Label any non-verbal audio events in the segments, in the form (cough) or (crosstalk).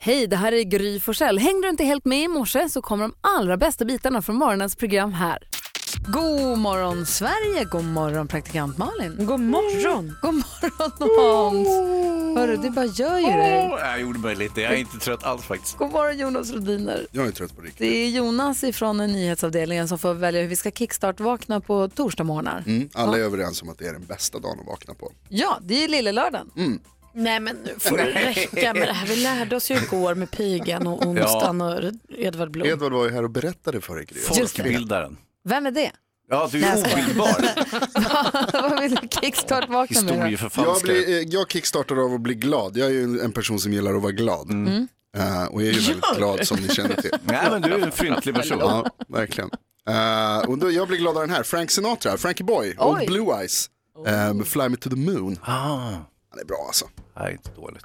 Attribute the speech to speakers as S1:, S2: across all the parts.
S1: Hej, det här är Gry Forssell. Hängde du inte helt med i morse så kommer de allra bästa bitarna från morgonens program här. God morgon Sverige, god morgon praktikant Malin.
S2: God morgon!
S1: God morgon Hans. Hörru, du bara gör ju det.
S3: Åh, jag gjorde mig lite. Jag är inte trött alls faktiskt.
S1: God morgon Jonas Rhodiner.
S4: Jag är trött på riktigt.
S1: Det är Jonas ifrån nyhetsavdelningen som får välja hur vi ska kickstart-vakna på torsdagmorgnar.
S4: Mm, alla är överens om att det är den bästa dagen att vakna på.
S1: Ja, det är ju lillelördagen.
S2: Nej men nu får det räcka med det här. Vi lärde oss ju igår med pigan och onsdagen och Edvard Blom.
S4: Edvard var ju här och berättade för dig, Gry.
S3: Folkbildaren.
S1: Vem är det?
S3: Ja, du är obildbar.
S1: Vad vill du kickstart-vakna med? då?
S4: Jag,
S3: Historieförfalskare.
S4: blir, eh, jag kickstartar av att bli glad. Jag är ju en- en person som gillar att vara glad. Eh, och jag är ju väldigt glad som ni känner till.
S3: Nej, men du är en fryntlig person.
S4: Ja, verkligen. Eh, och då, jag blir gladare än här. Frank Sinatra, Frankie Boy och
S1: Oj.
S4: Blue Eyes. eh, med Fly Me To The Moon.
S3: Ah,
S4: Han är bra alltså.
S3: nej, inte dåligt.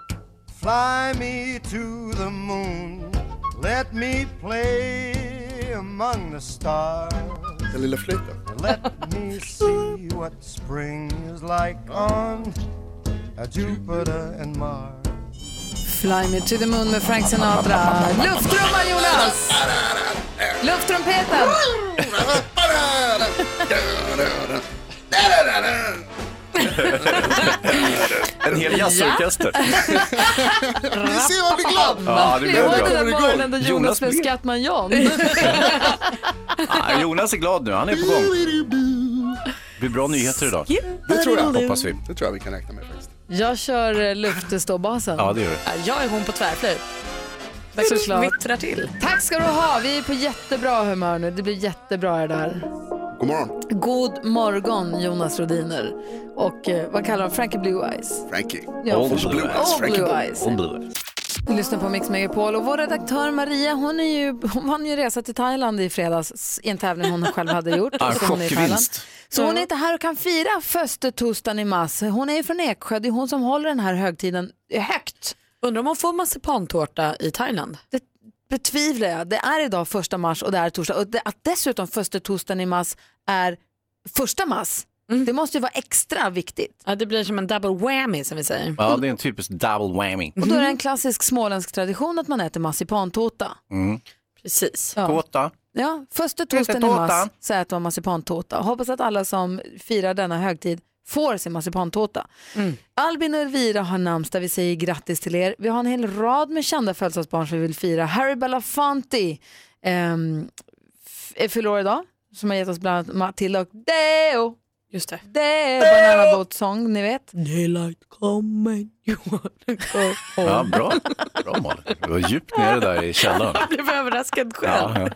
S5: Fly me to the moon. Let me play among the stars.
S4: Den lilla flöjten.
S5: Let me see what spring is like on uh, Jupiter and Mars.
S1: Fly me to the moon med Frank Sinatra. Lufttrumman Jonas! Lufttrumpeten!
S3: En hel jazzorkester.
S4: Ni ser vad jag blir glad!
S3: Ja, det
S1: Det
S3: blir
S1: var
S3: bra.
S1: den där morgonen då Jonas
S3: Jonas
S1: blev
S3: blev-
S1: Skattman-Jan.
S3: Ah, Jonas är glad nu. Han är på gång. Det blir bra nyheter idag.
S4: Det tror jag.
S3: Hoppas vi.
S4: Det tror jag vi kan räkna med faktiskt.
S1: (laughs) Jag kör eh, luftståbasen.
S3: Ja, det gör det.
S2: Ja, Jag är hon på tvärflöjt.
S1: Såklart.
S2: Vittrar till.
S1: Tack ska du ha. Vi är på jättebra humör nu. Det blir jättebra det här.
S4: God morgon,
S1: God morgon Jonas Rodiner. Och eh, vad kallar de Frankie Blue Eyes?
S4: Frankie.
S1: Ja,
S3: Old
S1: förstås.
S3: Blue Eyes.
S1: Old
S4: Frankie
S1: Blue
S4: Blue
S1: Eyes.
S3: Hon blir det.
S1: Du lyssnar på Mix Megapol och vår redaktör Maria hon, är ju, hon vann ju resa till Thailand i fredags i en tävling hon själv hade gjort.
S3: (laughs) Ja, en
S1: Så hon är i Thailand.
S3: chockvinst.
S1: Så hon är inte här och kan fira föstetostan i mass. Hon är ju från Eksjö, det är hon som håller den här högtiden högt.
S2: Undrar om hon får marsipantårta i Thailand.
S1: Det betvivlar jag. Det är idag första mars och det är torsdag. Och det, att dessutom föstetostan i mass är första mass, det måste ju vara extra viktigt.
S2: Ja, det blir som en double whammy som vi säger.
S3: Ja, det är en typisk double whammy.
S1: Och då är det en klassisk småländsk tradition att man äter marsipantårta.
S2: Precis.
S3: Tårta.
S1: Ja, första tosten i
S3: tårta.
S1: mars så äter man marsipantårta. Och Hoppas att alla som firar denna högtid får sin marsipantårta. Albin och Elvira har namnsdag. Vi säger grattis till er. Vi har en hel rad med kända födelsedagsbarn som vi vill fira. Harry Belafonte ehm, f- är fyller år idag. Som har gett oss bland annat Matilda och Deo.
S2: Just det.
S1: Deo! Banana Boat Song, ni vet.
S2: Daylight coming, you wanna go home.
S3: Ja, bra. Bra Malin. Du var djupt nere där i källaren.
S2: Jag blev överraskad själv.
S3: Ja,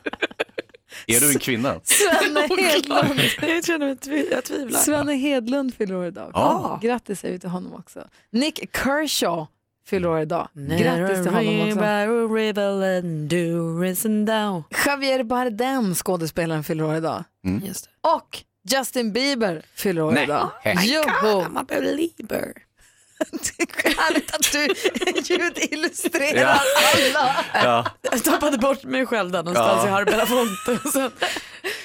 S3: ja. Är du en kvinna?
S1: Svenne Hedlund.
S2: Jag känner mig tvi- jag tvivlar.
S1: Svenne Hedlund fyller år idag.
S3: Ja.
S1: Grattis säger vi till honom också. Nick Kershaw fyller år idag. Grattis till honom också.
S2: Narrow river and do is and down.
S1: Javier Bardem, skådespelaren, fyller år idag.
S2: Just det.
S1: Och Justin Bieber fyller år
S3: Mm. Nej. Oh
S1: idag.
S3: Hej.
S1: Joho! (laughs)
S2: I'm a believer.
S1: Härligt att du (laughs) ljudillustrerar
S3: Ja.
S1: alla.
S3: Ja.
S2: Jag tappade bort mig själv där någonstans
S3: Ja.
S2: i Harry Belafonte. och sen-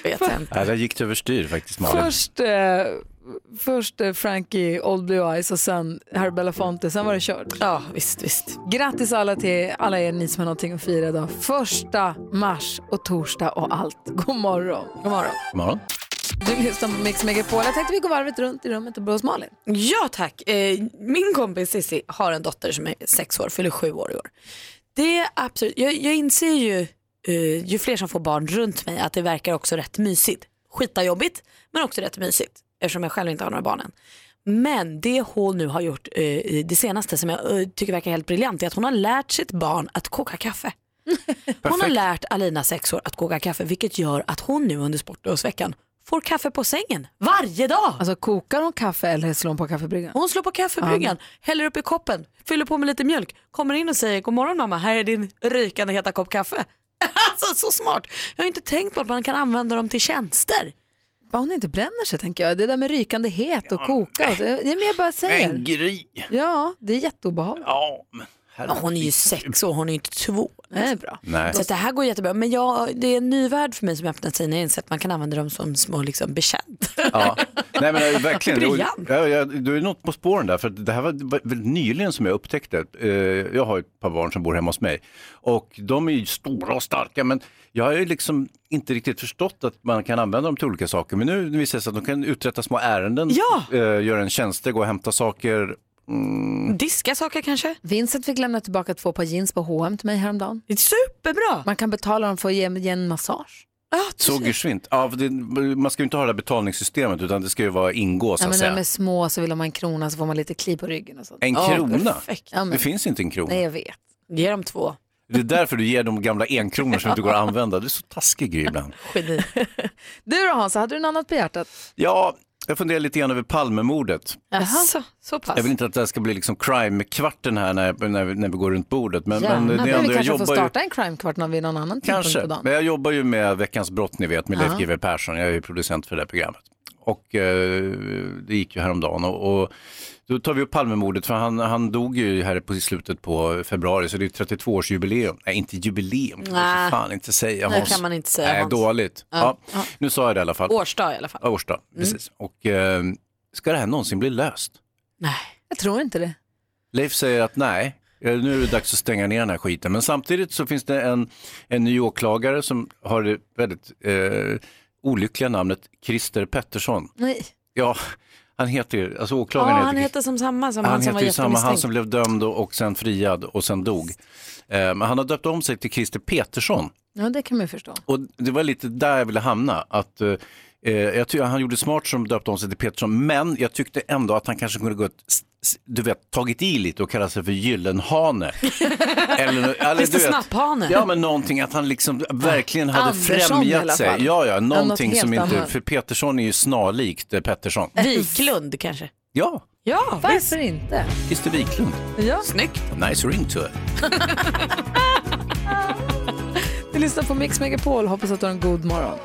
S2: Vet jag inte.
S3: Nej, där gick det överstyr faktiskt Malin.
S1: Först, eh, först eh, Frankie Old Blue Eyes och sen Harry Belafonte, sen var det kört.
S2: Ja, visst, visst.
S1: Grattis alla till alla er ni som har någonting att fira idag. Första mars och torsdag och allt. God morgon.
S2: God morgon.
S3: God morgon.
S1: Du lyssnar på Mix Megapol. Jag tänkte vi går varvet runt i rummet och börjar hos Malin.
S2: Ja tack. Eh, min kompis Cissi har en dotter som är sex år, fyller sju år i år. Det är absolut, jag, jag inser ju, eh, ju fler som får barn runt mig, att det verkar också rätt mysigt. Skita jobbigt, men också rätt mysigt, eftersom jag själv inte har några barn än. Men det hon nu har gjort eh, i det senaste som jag eh, tycker verkar helt briljant är att hon har lärt sitt barn att koka kaffe. Hon har
S3: Perfekt.
S2: lärt Alina sex år att koka kaffe vilket gör att hon nu under sportlovsveckan får kaffe på sängen varje dag.
S1: Alltså kokar hon kaffe eller slår hon på kaffebryggan?
S2: Hon slår på kaffebryggan, häller upp i koppen, fyller på med lite mjölk, kommer in och säger god morgon mamma, här är din rykande heta kopp kaffe. (laughs) alltså så smart! Jag har inte tänkt på att man kan använda dem till tjänster.
S1: Bara hon inte bränner sig tänker jag. Det där med rykande het och koka. och så- Det är mer bara säger.
S3: gry.
S1: Ja, det är jätteobehagligt.
S3: Ja, men
S2: Men hon är ju sex år, hon är ju inte två.
S1: Det är bra.
S3: Nej.
S2: Så att det här går jättebra. Men jag, det är en ny värld för mig som öppnat sig när jag inser att man kan använda dem som små liksom, bekänt.
S3: Ja. Nej men eh, verkligen.
S2: Briljant.
S3: Och, ja, ja, du är något på spåren där, för att det här var var väl nyligen som jag upptäckte. Eh, Jag har ju ett par barn som bor hemma hos mig och de är ju stora och starka men jag har ju liksom inte riktigt förstått att man kan använda dem till olika saker. Men nu visar det sig att de kan uträtta små ärenden,
S2: Ja.
S3: eh, göra en tjänste, gå och hämta saker.
S2: (laughs) Diska saker kanske?
S1: Vincent fick lämna tillbaka två par jeans på H&M till mig häromdagen.
S2: Det är superbra.
S1: Man kan betala dem för att ge, ge en massage.
S2: Ja,
S3: Så geschwint. Ja, för det, man ska ju inte ha det här betalningssystemet utan det ska ju vara ingå så
S1: Ja,
S3: att
S1: men när de är
S3: säga.
S1: små så vill de ha en krona så får man lite kli på ryggen och sånt.
S3: En krona?
S2: perfekt.
S1: Ja, men,
S3: Det finns inte en krona.
S1: nej, jag vet.
S2: Ge dem två.
S3: Det är därför du ger dem gamla enkronor som inte går att använda. Du är så taskig Gry, ibland.
S2: Geni.
S1: Du då Hans, hade du något annat på hjärtat?
S3: Ja, jag funderar lite grann över Palmemordet.
S2: Alltså, så pass.
S3: Jag vill inte att det här ska bli liksom crime-kvarten här när, när, vi- när vi går runt bordet. Men, men det
S1: Gärna.
S3: är
S1: men
S3: ändå, jag
S1: vi kanske får
S3: jobbar ju,
S1: starta en crimekvart någon vid någon annan tidpunkt på
S3: kanske,
S1: dagen.
S3: men jag jobbar ju med Veckans brott ni vet med Leif GW Persson. Jag är ju producent för det här programmet. Och eh, det gick ju häromdagen och, och då tar vi upp Palmemordet för han, han dog ju här på i slutet på februari så det är 32-årsjubileum. Nej, inte jubileum, kan man
S2: Nej.
S3: för fan inte säga.
S2: Det
S3: Hans.
S2: kan man inte säga.
S3: Nej,
S2: Hans.
S3: dåligt. Ja. Nu sa jag det i alla fall.
S2: Årsdag i alla fall.
S3: Ja, Årsta, precis. Och eh, ska det här någonsin bli löst?
S2: Nej.
S1: Jag tror inte det.
S3: Leif säger att nej, eh, nu är det dags att stänga ner den här skiten. Men samtidigt så finns det en, en ny åklagare som har det väldigt eh, olyckliga namnet Christer Pettersson.
S1: Nej.
S3: Ja, han heter ju, alltså
S2: Ja,
S3: åklagaren
S2: han
S3: heter,
S2: heter som samma som han,
S3: han
S2: som var
S3: heter ju samma, han
S2: jättemisstänkt.
S3: som blev dömd och, och sen friad och sen dog. Eh, Men han har döpt om sig till Christer Petersson.
S1: Ja, det kan man ju förstå.
S3: Och det var lite där jag ville hamna. Att, eh, eh, jag tycker han gjorde smart som döpte om sig till Petersson, men jag tyckte ändå att han kanske kunde gått, s- s- du vet, tagit i lite och kallat sig för Gyllenhane.
S1: (laughs)
S3: eller, eller
S2: Christer
S3: du vet,
S2: Snapphane.
S3: Ja, men någonting att han liksom verkligen hade
S1: Andersson i alla
S3: främjat sig.
S1: fall.
S3: Ja, ja, någonting
S1: helt
S3: som inte,
S1: annat.
S3: för Petersson är ju snarlikt eh, Pettersson.
S2: Wiklund kanske?
S3: Ja,
S2: Ja,
S1: Varför inte?
S3: Christer Wiklund.
S1: Ja.
S2: Snyggt.
S3: Nice ring to it.
S1: Du lyssnar på Mix Megapol, hoppas att du har en god morgon.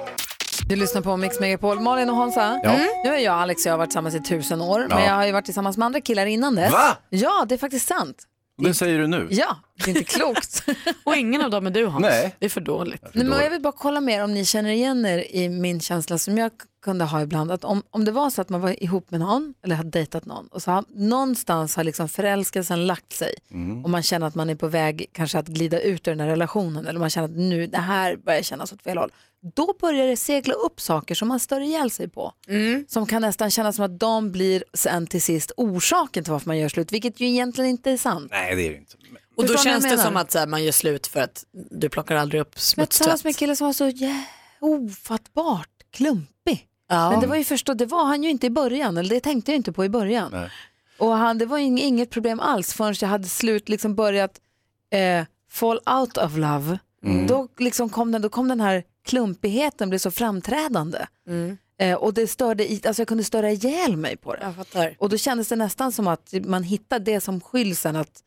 S1: Du lyssnar på Mix Megapol, Malin och Hansa.
S3: Ja.
S1: Nu är jag och Alex och jag har varit tillsammans i tusen år,
S3: Ja.
S1: men jag har ju varit tillsammans med andra killar innan dess.
S3: Va?
S1: Ja, det är faktiskt sant.
S3: Det säger du nu.
S1: Ja, det är inte klokt.
S3: (laughs)
S1: (laughs)
S2: Och ingen av dem är du Hans.
S3: Nej.
S2: Det är för dåligt.
S1: Nej, men jag vill bara kolla mer om ni känner igen er i min känsla som jag kunde ha ibland. Att om, om det var så att man var ihop med någon eller hade dejtat någon och så har, någonstans har liksom förälskelsen lagt sig och man känner att man är på väg kanske att glida ut ur den här relationen eller man känner att nu det här börjar kännas åt fel håll. Då börjar det segla upp saker som man stör ihjäl sig på. Som kan nästan kännas som att de blir sen till sist orsaken till varför man gör slut, vilket ju egentligen inte är sant.
S3: Nej, det är det inte.
S2: Och då
S1: Förstår ni vad
S2: känns
S1: jag
S2: det
S1: menar?
S2: som att så här, man gör slut för att du plockar aldrig upp
S1: Jag var tillsammans
S2: smutstvätt.
S1: med en kille som var så jä- ofattbart klumpig.
S2: Ja.
S1: Men det var ju förstå, det var han ju inte i början, eller det tänkte jag inte på i början.
S3: Nej.
S1: Och han, det var ju ing- inget problem alls förrän jag hade slut liksom börjat eh, fall out of love.
S2: Mm.
S1: Då, liksom kom den, då kom den här klumpigheten blev så framträdande. Eh, och det störde, i- alltså jag kunde störa ihjäl mig på det.
S2: Mm. Jag fattar.
S1: Och då kändes det nästan som att man hittar det som skylsen att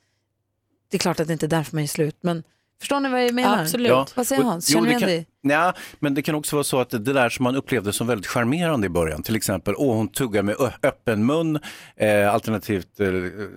S1: det är klart att det inte är därför man är slut, men förstår ni vad jag menar?
S2: Absolut.
S1: Vad säger
S3: och-
S1: Hans? Känner du
S3: det
S1: igen
S3: kan-
S1: dig?
S3: Nja, men det kan också vara så att det där som man upplevde som väldigt charmerande i början, till exempel, åh hon tuggar med ö- öppen mun, eh, alternativt eh,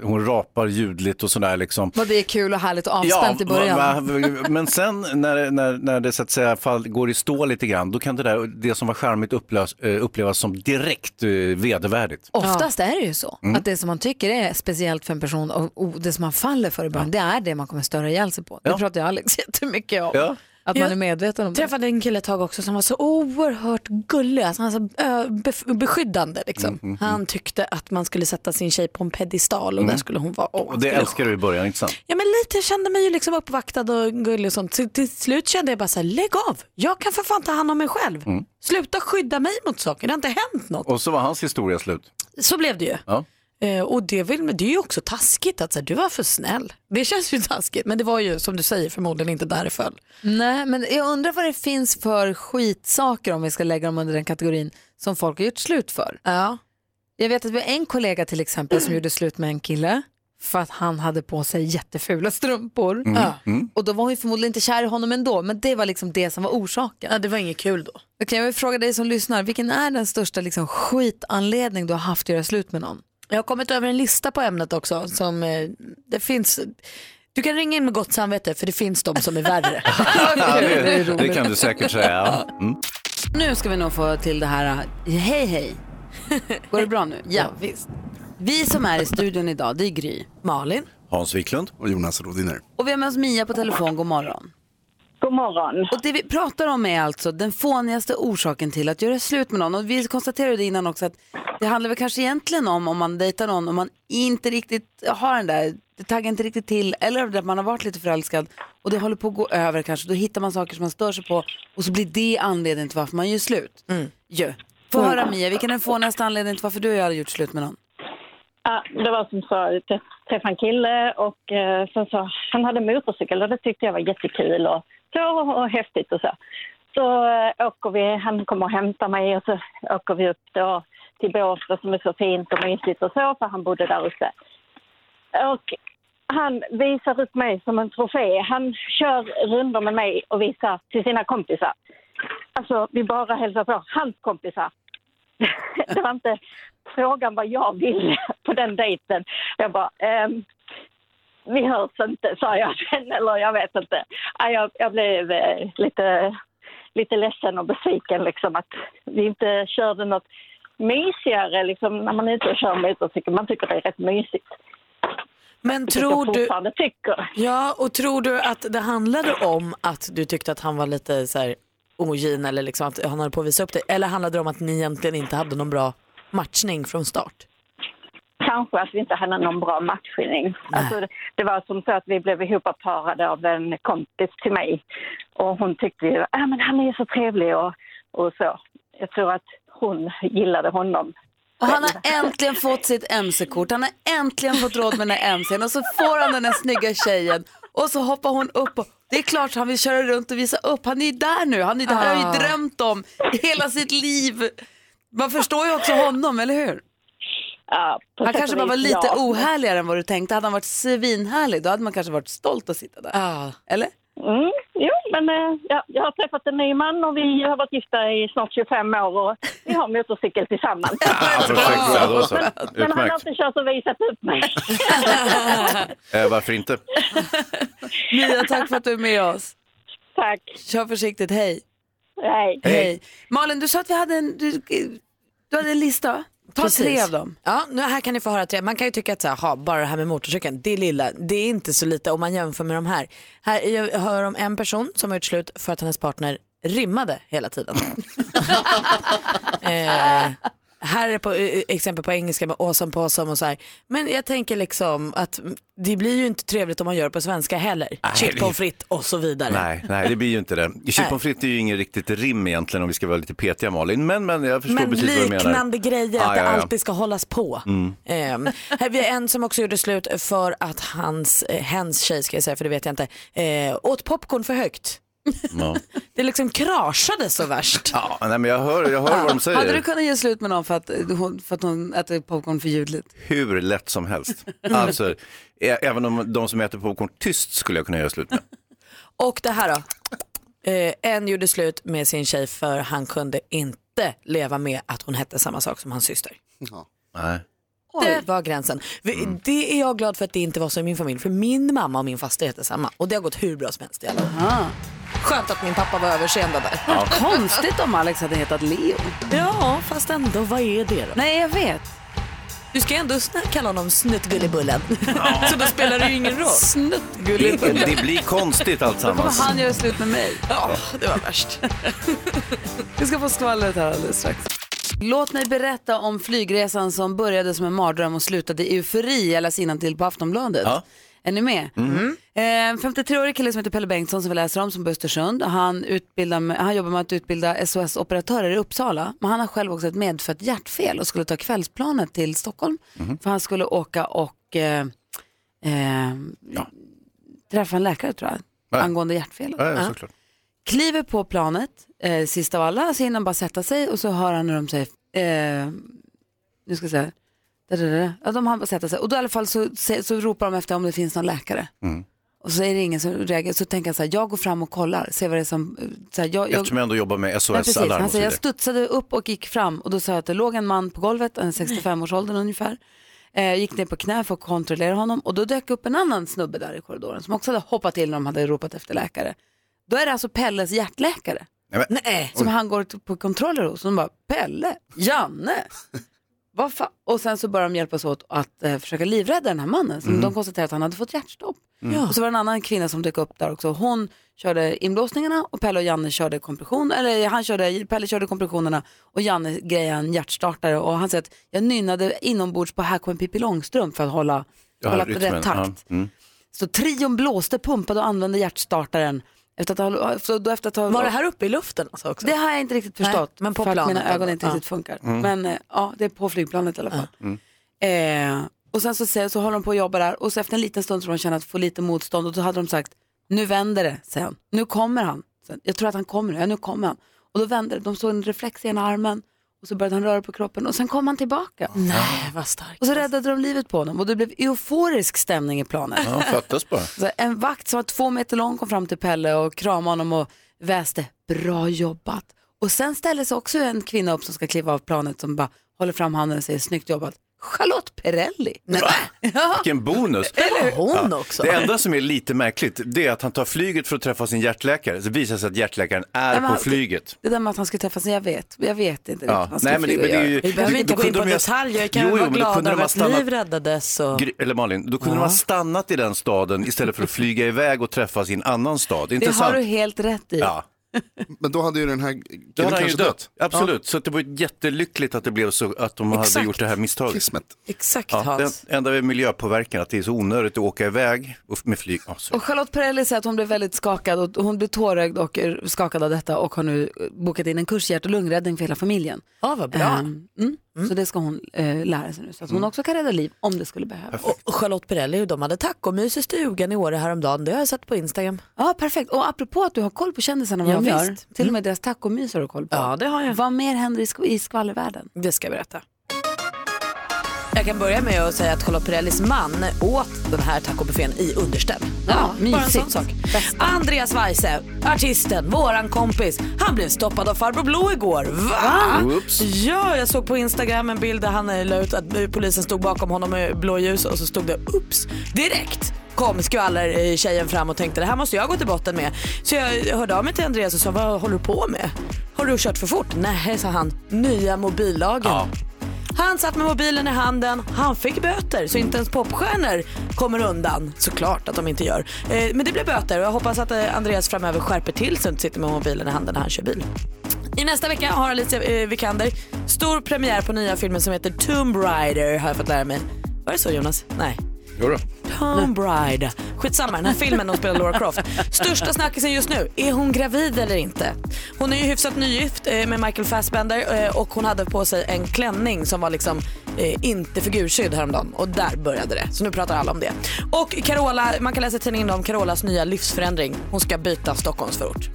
S3: hon rapar ljudligt och sådär liksom.
S1: Vad det är kul och härligt och avspänt i början.
S3: va- va- men sen när, när, när det så att säga fall, går i stå lite grann, då kan det där, det som var charmigt upplös, eh, upplevas som direkt eh, vedervärdigt.
S1: Oftast är det ju så
S3: Mm.
S1: att det som man tycker är speciellt för en person och, och det som man faller för i början, det är det man kommer störa ihjäl sig på. Det
S3: Ja.
S1: pratar ju Alex (laughs) jättemycket om.
S3: Ja.
S1: Att man
S2: Ja.
S1: är medveten om
S2: Jag träffade en kille ett tag också som var så oerhört gullig, alltså han var så ö, bef- beskyddande. Liksom.
S3: Mm,
S2: Han tyckte att man skulle sätta sin tjej på en pedestal och där skulle hon vara. Åh,
S3: Mm. Och det
S2: skulle-
S3: älskar du i början, inte sant?
S2: Ja men lite, jag kände mig ju liksom uppvaktad och gullig och sånt. Så till slut kände jag bara så här, lägg av, jag kan för fan ta hand om mig själv.
S3: Mm.
S2: Sluta skydda mig mot saker, det har inte hänt något.
S3: Och så var hans historia slut.
S2: Så blev det ju.
S3: Ja.
S2: Eh, och det, vill, men det är ju också taskigt att så här, du var för snäll. Det känns ju taskigt, men det var ju som du säger förmodligen inte där det föll.
S1: det. Nej, men jag undrar vad det finns för skitsaker om vi ska lägga dem under den kategorin som folk har gjort slut för.
S2: Ja.
S1: Jag vet att vi har en kollega till exempel som gjorde slut med en kille för att han hade på sig jättefula strumpor.
S3: Mm.
S2: Ja.
S1: Och då var hon ju förmodligen inte kär i honom ändå, men det var liksom det som var orsaken.
S2: ja, det var inget kul då.
S1: Okej, jag vill fråga dig som lyssnar, vilken är den största liksom, skitanledning du har haft att göra slut med någon?
S2: Jag har kommit över en lista på ämnet också. Som, eh, det finns Du kan ringa in med gott samvete för det finns de som är värre.
S3: Ja, det, det kan du säkert säga. Mm.
S1: Nu ska vi nog få till det här, eh, hej hej. Går det bra nu? Ja, visst. Vi som är i studion idag, det är Gry.
S2: Malin,
S3: Hans Wiklund.
S4: Och Jonas Rodiner.
S1: Och vi har med oss Mia på telefon, god morgon.
S6: God morgon.
S1: Och det vi pratar om är alltså den fånigaste orsaken till att göra slut med någon. Och vi konstaterade det innan också att det handlar väl kanske egentligen om om man dejtar någon och man inte riktigt har den där, det taggar inte riktigt till eller att man har varit lite förälskad och det håller på att gå över kanske. Då hittar man saker som man stör sig på och så blir det anledningen till varför man gör slut. Mm. Ju. Få höra Mia, vilken är den fånigaste anledningen till varför du och jag har gjort slut med någon?
S6: Ja, det var som så, jag träff- träffade en kille och eh, sen så, han hade motorcykel och det tyckte jag var jättekul och så och häftigt och så. Så eh, åker vi, han kommer och hämtar mig och så åker vi upp då till Båstad som är så fint och mysigt och så, för han bodde där uppe. Och han visar upp mig som en trofé. Han kör runder med mig och visar till sina kompisar. Alltså, vi bara hälsar på hans kompisar. (laughs) det var inte frågan vad jag ville på den dejten. Jag bara, ehm, vi hörs inte, sa jag sen, eller jag vet inte. Ja, Jag, jag blev eh, lite, lite ledsen och besviken liksom att vi inte körde något mysigare liksom, när man är ute och kör motorcykel. Man tycker det är rätt mysigt.
S2: (laughs) men
S6: vilket jag
S2: tror du,
S6: fortfarande tycker.
S2: ja, och tror du att det handlade om att du tyckte att han var lite så här ogin eller liksom att han hade på att visa upp dig? Eller handlade det om att ni egentligen inte hade någon bra matchning från start?
S6: Kanske att vi inte hade någon bra matchning. Alltså, det- det var som så att vi blev ihopparade av en kompis till mig. Och hon tyckte ju, ah, men han är ju så trevlig och, och så. Jag tror att hon gillade honom.
S1: Och han har äntligen fått sitt MC-kort, han har äntligen fått råd med den här MCn och så får han den där snygga tjejen och så hoppar hon upp och det är klart han vill köra runt och visa upp, han är ju där nu, han är, det här har han ju drömt om hela sitt liv. Man förstår ju också honom, eller hur?
S6: Ja, på
S1: Han
S6: sätt
S1: kanske
S6: och
S1: bara var
S6: vis,
S1: lite
S6: ja.
S1: ohärligare än vad du tänkte, hade han varit svinhärlig då hade man kanske varit stolt att sitta där.
S2: Ah.
S1: Eller?
S6: Mm, jo, men eh, ja, jag har träffat en ny man och vi har varit gifta i snart 25 år och vi har motorcykel tillsammans.
S3: Ja, perfekt. Ja, då så.
S6: Men han har
S3: Utmärkt.
S6: inte kört och visat upp
S1: (laughs)
S6: mig.
S3: Eh, varför inte?
S1: Mia, tack för att du är med oss.
S6: Tack.
S1: Kör försiktigt, hej.
S6: Hej.
S1: Hej. Malin, du sa att vi hade en, du, du hade en lista, ta
S2: Precis.
S1: tre av dem.
S2: Ja, nu här kan ni få höra tre. Man kan ju tycka att så här, ha, bara det här med motorcykeln, det är lilla. Det är inte så lite om man jämför med de här. Här jag hör om en person som har gjort slut för att hennes partner rimmade hela tiden. (laughs) eh, här är på, eh, exempel på engelska med awesome på awesome och så här. Men jag tänker liksom att mm, det blir ju inte trevligt om man gör det på svenska heller. Chip
S3: det-
S2: pommes frites och så vidare.
S3: Nej, nej, det blir ju inte det. Chip pommes frites är ju inget riktigt rim egentligen om vi ska vara lite petiga Malin. Men, men jag förstår
S2: Men
S3: precis vad du menar.
S2: liknande grejer, att
S3: Ah,
S2: det
S3: ja, Mm. ja.
S2: alltid ska hållas på. Ehm, här vi är en som också gjorde slut för att hans, eh, hens tjej ska jag säga för det vet jag inte, eh, åt popcorn för högt.
S3: Ja.
S2: Det liksom kraschade så värst.
S3: Ja, nej, men jag hör, jag hör vad de säger.
S1: Hade
S7: Typ.
S1: du kunnat ge slut med någon för att, eh, hon, för att hon äter popcorn för ljudligt?
S3: Hur lätt som helst. Alltså, ä- även om de som äter popcorn tyst skulle jag kunna göra slut med.
S2: Och det här då. Eh, en gjorde slut med sin tjej för han kunde inte leva med att hon hette samma sak som hans syster.
S4: Ja.
S3: Nej.
S2: Det var gränsen. Vi-
S3: Mm.
S2: Det är jag glad för att det inte var så i min familj, för min mamma och min faster heter samma och det har gått hur bra som helst i alla år. Skönt att min pappa var överseende där.
S1: Konstigt om Alex hade hetat Leo.
S2: Ja, fast ändå, vad är det då?
S1: Nej, jag vet.
S2: Du ska ändå snä- kalla honom Snuttgullibullen. (laughs) Så då spelar det ju ingen roll.
S1: Snuttgulligt.
S3: Det, det blir konstigt
S1: Kommer
S3: alltsammans.
S1: han göra slut med mig?
S2: Ja, det var värst.
S1: Vi ska få skvallret här alldeles strax. Låt mig berätta om flygresan som började som en mardröm och slutade i eufori. Jag läser till på Aftonbladet.
S3: Ja.
S1: Är ni med? En 53-årig kille som heter Pelle Bengtsson som vi läser om som bor i Östersund. Han, utbildar med, han jobbar med att utbilda SOS-operatörer i Uppsala. Men han har själv också ett medfött hjärtfel och skulle ta kvällsplanet till Stockholm. För han skulle åka och eh, eh, träffa en läkare tror jag.
S3: Ja.
S1: Angående hjärtfelet
S3: Ja, ja, såklart.
S1: kliver på planet eh, sist av alla, så hinner han bara sätta sig och så hör han när de säger, eh, nu ska jag säga, da, da, da. Ja, de hann bara sätta sig och då i alla fall så, så, så ropar de efter om det finns någon läkare. Och så är det ingen som reagerar, så tänker han så här, jag går fram och kollar, ser vad det är som, eh, så här, jag, jag,
S3: Eftersom jag ändå jobbar med
S1: Nej, precis.
S3: SOS Alarm
S1: Han
S3: och så
S1: säger, jag
S3: vidare.
S1: studsade upp och gick fram och då sa jag att det låg en man på golvet, en 65-årsåldern ungefär. Eh, gick ner på knä för att kontrollera honom och då dök upp en annan snubbe där i korridoren som också hade hoppat till när de hade ropat efter läkare. Då är det alltså Pelles hjärtläkare
S3: Nej, men,
S2: Nej.
S1: som han går på kontroller hos. Och de bara, Pelle, Janne, vad fan? Och sen så börjar de hjälpas åt att eh, försöka livrädda den här mannen som
S3: Mm.
S1: de konstaterade att han hade fått hjärtstopp. Och så var det en annan kvinna som dök upp där också. Hon körde inblåsningarna och Pelle och Janne körde kompression, eller han körde, Pelle körde kompressionerna och Janne grejade en hjärtstartare och han säger att jag nynnade inombords på Här kommer Pippi Långstrump för att hålla,
S3: ja,
S1: hålla
S3: rytmen,
S1: rätt takt.
S3: Ja, mm.
S1: Så trion blåste, pumpade och använde hjärtstartaren. Efter att ha, så då efter att ha,
S2: Var det här uppe i luften alltså också?
S1: det har jag inte riktigt förstått.
S2: Nej, men på
S1: för att
S2: planet
S1: mina ögon
S2: ändå.
S1: inte
S2: Ja. Mm.
S1: riktigt funkar. Men eh, ja, det är på flygplanet i alla fall. Eh, och sen så, säger- så håller de på att jobba där och så efter en liten stund så de känner att få lite motstånd och då hade de sagt nu vänder det sen. Nu kommer han. Sen, jag tror att han kommer nu. Ja, nu kommer han. Och då vände det. De såg en reflex i ena armen och så började han röra på kroppen och sen kom han tillbaka.
S2: Nej, vad starkt.
S1: Och så räddade de livet på honom och det blev euforisk stämning i planet.
S3: ja, fattas bara.
S1: Så en vakt som var två meter lång kom fram till Pelle och kramade honom och väste bra jobbat. Och sen ställer sig också en kvinna upp som ska kliva av planet som bara håller fram handen och säger snyggt jobbat. Charlotte Perrelli.
S3: Vilken bonus.
S2: Eller hon också.
S3: Det enda som är lite märkligt det är att han tar flyget för att träffa sin hjärtläkare. Så visar det sig att hjärtläkaren är
S1: Nej, men
S3: på
S1: han-
S3: flyget.
S1: Det där med att han skulle träffas, alltså, jag vet. Jag vet inte riktigt
S3: Ja.
S1: vad han ska
S3: Nej, men det, men det är ju,
S1: göra.
S2: Vi behöver
S3: då-
S2: inte
S3: då
S2: gå in
S3: kunde
S2: på
S3: de ju-
S2: detaljer. Kan
S3: Jo,
S2: vi
S3: jo,
S2: vara
S3: men då kunde
S2: glada
S3: de
S2: över
S3: ha
S2: att liv
S3: stannat
S2: räddades? Och...
S3: Gry- Eller Malin, då kunde de ha stannat i den staden istället för att flyga iväg och träffas i en annan stad.
S1: Det har
S3: Intressant.
S1: du helt rätt i.
S3: Ja,
S4: Men då hade ju den här killen
S3: då hade han ju
S4: kanske
S3: dött. Absolut, så att det var ju jättelyckligt att det blev så att de hade
S2: Exakt.
S3: gjort det här misstaget.
S4: Kismet.
S2: Exakt
S3: Ja, den
S2: Hans.
S3: enda med miljöpåverkan att det är så onödigt att åka iväg och f- med flyg. Ja, så-
S1: Och Charlotte Perrelli säger att hon blev väldigt skakad och hon blev tårögd och eh, skakad av detta och har nu eh, bokat in en kurs i hjärt och lungräddning för hela familjen.
S2: Ja, vad bra.
S1: Ehm, mm. Så det ska hon eh, lära sig nu så att hon
S3: Mm.
S1: också kan rädda liv om det skulle behövas.
S2: Och Charlotte Perrelli och de hade tacomys i stugan i Åre häromdagen. Det har jag sett på Instagram.
S1: Ja, perfekt. Och apropå att du har koll på kändisarna, vad
S2: Ja,
S1: de gör.
S2: visst.
S1: Till och med deras tacomys Mm. har du koll på.
S2: Ja, det har jag.
S1: Vad mer händer i, sk- i skvallervärlden?
S2: Det ska jag berätta. Jag kan börja med att säga att Charlotte Perrellis man åt den här tacobuffén i underställ.
S1: Ja,
S2: Bara en sån
S1: mysigt.
S2: sak. Andreas Weise, artisten, våran kompis, han blev stoppad av farbror Blå igår. Va?
S1: Ah!
S3: Oops.
S2: Ja, jag såg på Instagram en bild där han eh, la ut att eh, polisen stod bakom honom med blåljus och så stod det ups direkt kom skvallertjejen fram och tänkte det här måste jag gå till botten med. Så jag hörde av mig till Andreas och sa vad håller du på med? Har du kört för fort? Nej, sa han. Nya mobillagen. Han satt med mobilen i handen, han fick böter så inte ens popstjärnor kommer undan. Såklart att de inte gör. Eh, Men det blev böter och jag hoppas att eh, Andreas framöver skärper till så han inte sitter med mobilen i handen när han kör bil. I nästa vecka har Alicia eh, Vikander stor premiär på nya filmen som heter Tomb Raider har jag fått lära mig. Var det så Jonas? Nej.
S3: Jodå.
S2: Tomb Raider. Skitsamma, den här filmen hon spelar Laura Croft. Största snackisen just nu, är hon gravid eller inte? Hon är ju hyfsat nygift eh, med Michael Fassbender eh, och hon hade på sig en klänning som var liksom eh, inte figurskydd häromdagen och där började det. Så nu pratar alla om det. Och Carola, man kan läsa i tidningen om Carolas nya livsförändring. Hon ska byta Stockholmsförort.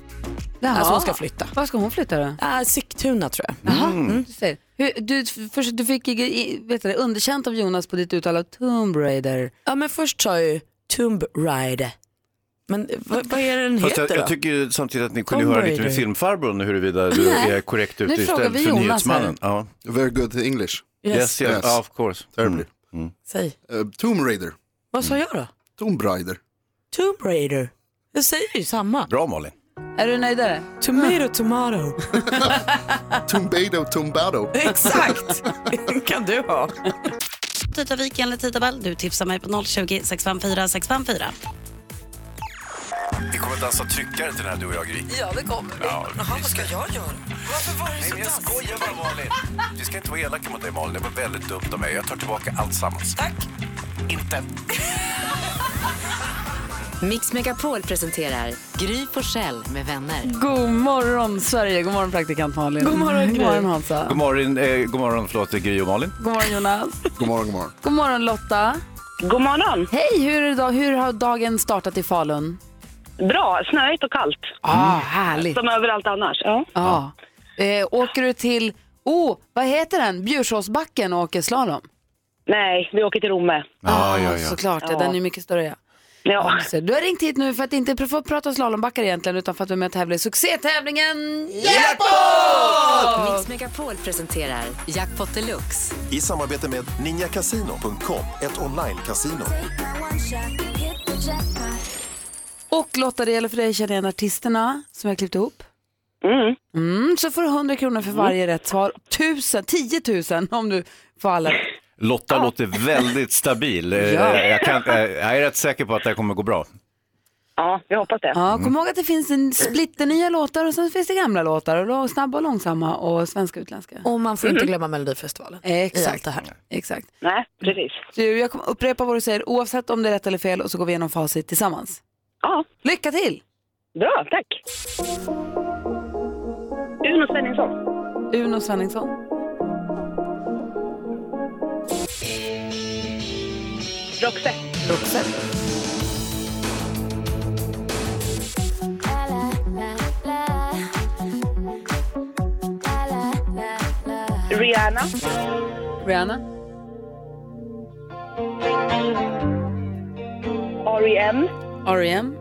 S1: Ja.
S2: Alltså hon ska flytta.
S1: Var ska hon flytta Mm. då?
S2: Äh, Sigtuna tror jag.
S1: Jaha, du ser. Hur, du, först, du fick i- i- vet du, det, underkänt av Jonas på ditt uttal av Tomb Raider.
S2: Ja men först sa jag ju Tomb Raider. Men eh, vad, vad är det den
S3: Fast
S2: heter
S3: jag, jag
S2: då?
S3: tycker samtidigt att ni kunde
S2: Tomb
S3: höra lite med
S2: Raider.
S3: filmfarbrorn huruvida du
S1: Nej.
S3: är korrekt
S1: Nu
S3: ute
S1: frågar
S3: istället
S1: vi
S3: för
S1: Jonas
S3: nyhetsmannen. Ja.
S4: Very good English.
S3: Yes, yes,
S4: Yes.
S3: ja, of course. Mm.
S4: Terribly.
S2: Säg.
S4: Eh, Tomb Raider.
S2: Vad sa jag då?
S4: Tomb Raider.
S2: Tomb Raider. Jag säger ju samma.
S3: Bra Malin.
S1: Är du nöjdare?
S2: Tomato, (laughs) tomato.
S4: Tombado, Tombado.
S1: (laughs)
S2: Exakt. (laughs) kan du ha.
S8: Tidtrafik enligt tidtabell. Du tipsar mig på 020 654 654.
S3: Vi kommer att dansa tryckare till den här du och jag Gry.
S2: Ja, det kommer vi.
S3: Ja,
S2: Jaha, vad ska jag göra? Varför var det så danskt?
S3: skojar bara Malin. Vi ska inte vara elaka mot dig Malin, det var väldigt dumt av mig. Jag tar tillbaka alltsammans. Tack. Inte.
S9: Mix Megapol presenterar Gry Forssell med vänner.
S1: God morgon Sverige, god morgon praktikant Malin. God morgon, god morgon Hansa.
S3: God morgon, eh, god morgon förlåt, Gry och Malin.
S1: God morgon Jonas.
S4: God morgon, god morgon.
S1: god morgon Lotta.
S10: God morgon!
S1: Hej, hur, är det då, hur har dagen startat i Falun?
S10: Bra, snöigt och kallt.
S1: Ah, härligt.
S10: Som överallt annars. Ja.
S1: Ja. Eh, åker du till, oh, vad heter den, Bjursåsbacken och åker slalom?
S10: Nej, vi åker till Romme.
S3: Ja, ja,
S1: Såklart, ja. den är mycket större. Ja.
S11: Ja.
S1: Så Du har ringt hit nu för att inte få prata slalombackar egentligen utan för att du är med och tävlar i succétävlingen
S9: Mix Megapol presenterar Jackpot Deluxe.
S12: I samarbete med ninjakasino.com, ett online-casino.
S1: Och Lotta, det gäller för dig att känna igen artisterna som jag har klippt ihop. Mm, så får du 100 kronor för varje rätt svar. 1000, 10 000 om du får alla rätt.
S3: Lotta låter väldigt stabil. Eh,
S1: Ja.
S3: Jag, kan, eh, jag är rätt säker på att det här kommer gå bra.
S11: Ja, vi hoppas det.
S1: Ja, kom ihåg att det finns en splitter nya låtar och sen finns det gamla låtar. Och då snabba och långsamma och svenska och utländska.
S2: Och man får inte glömma Melodifestivalen.
S1: Exakt.
S2: I allt det här.
S1: Exakt.
S11: Nej, precis.
S1: Du, jag kommer upprepa vad du säger oavsett om det är rätt eller fel och så går vi igenom facit tillsammans.
S11: Ja,
S1: Lycka till!
S11: bra, tack. Uno Svenningsson.
S1: Uno Svenningsson.
S11: Roxette.
S1: Roxette.
S11: Rihanna.
S1: Rihanna.
S11: R.E.M.
S1: R.E.M.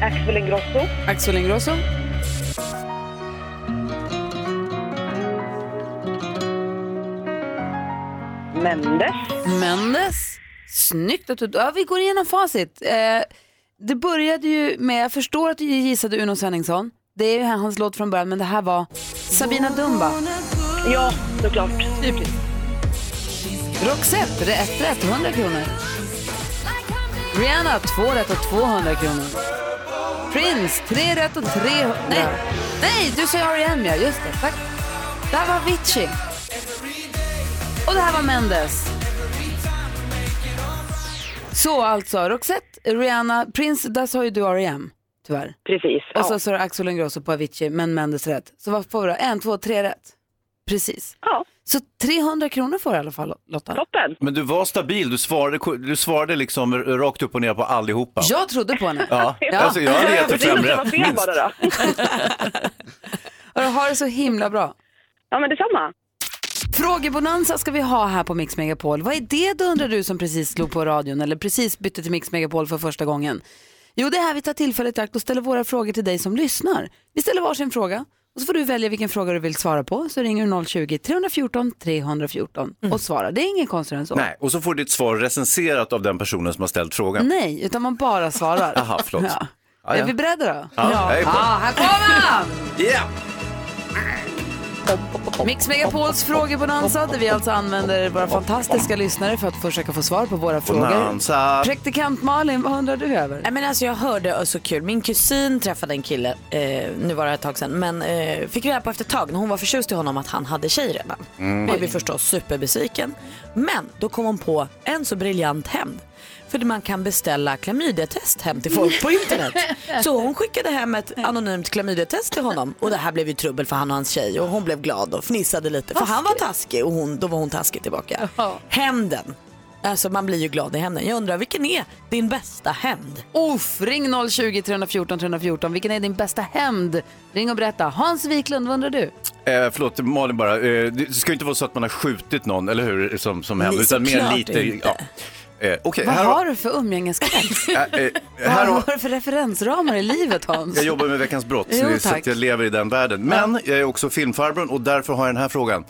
S11: Axel Ingrosso.
S1: Axel Ingrosso.
S11: Mendes.
S1: Mendes. Snyggt att du... Ja, vi går igenom facit. Eh, det började ju med, jag förstår att du gissade Uno Svenningsson. Det är ju hans låt från början, men det här var Sabina Dumba.
S11: Ja, såklart.
S1: Roxette, det är ett rätt, 100 kronor. Rihanna, två rätt och 200 kronor. Prince, tre rätt och 300... Nej, nej du sa R.E.M. ja, just det. Tack. Det här var Avicii. Och det här var Mendes. Så alltså, Roxette, Rihanna, Prince, där sa ju du R.E.M. tyvärr.
S11: Precis.
S1: Och så sa du Axel Ingrosso på Avicii, men Mendes rätt. Så vad får du då? En, två, tre rätt. Precis.
S11: Ja,
S1: Så 300 kronor får du i alla fall, Lotta.
S11: toppen.
S3: Men du var stabil, du svarade, du svarade liksom rakt upp och ner på allihopa.
S1: Jag trodde på henne.
S3: Ja, Alltså,
S11: (laughs)
S3: jag hade gett dig fem rätt, minst.
S11: då.
S1: Och har det så himla bra.
S11: Ja, men detsamma.
S1: Frågebonanza ska vi ha här på Mix Megapol. Vad är det då undrar du som precis slog på radion eller precis bytte till Mix Megapol för första gången? Jo, det är här vi tar tillfället i akt och ställer våra frågor till dig som lyssnar. Vi ställer varsin fråga och så får du välja vilken fråga du vill svara på. Så ringer du 020-314 314 och svarar. Det är ingen konstigare än så.
S3: Mm. Nej, och så får du ditt svar recenserat av den personen som har ställt
S2: Mm.
S3: frågan.
S1: Nej, utan man bara svarar.
S3: Aha, förlåt.
S1: Ja.
S3: Ja, ja.
S1: Är vi beredda då?
S3: Ja, jag är på.
S1: Ah, här kommer han!
S3: Yeah!
S1: Mix Megapols frågebonanza där vi alltså använder våra fantastiska lyssnare för att försöka få svar på våra frågor.
S3: Bonanza.
S1: Praktikant Malin, vad undrar du över?
S2: Nej, men alltså jag hörde och så kul. Min kusin träffade en kille, eh, nu var det ett tag sedan, men eh, fick reda på efter ett tag när hon var förtjust i honom att han hade tjej redan. Blev ju förstås superbesviken. Men då kom hon på en så briljant hämnd. För man kan beställa klamydiatest hem till folk på internet. Så hon skickade hem ett anonymt klamydiatest till honom. Och det här blev ju trubbel för han och hans tjej. Och hon blev glad och fnissade lite. För han var taskig och hon, då var hon taskig tillbaka. Hämnden. Alltså man blir ju glad i hämnden. Jag undrar vilken är din bästa hämnd?
S1: Uff, ring 020-314 314. Vilken är din bästa hämnd? Ring och berätta. Hans Wiklund, vad undrar du?
S3: Eh, förlåt, Malin bara. Eh, det ska ju inte vara så att man har skjutit någon, eller hur? Som, som händer,
S2: Nej,
S3: utan mer
S2: såklart
S3: lite...
S2: inte.
S3: Ja. Eh, Okej,
S1: Vad
S3: här,
S1: har du för umgängeskrets?
S3: eh, eh,
S1: Vad
S3: här har...
S1: har du för referensramar i livet, Hans?
S3: Jag jobbar med Veckans brott,
S1: Jo,
S3: så
S1: tack.
S3: att jag lever i den världen. Men jag är också filmfarbrorn och därför har jag den här frågan.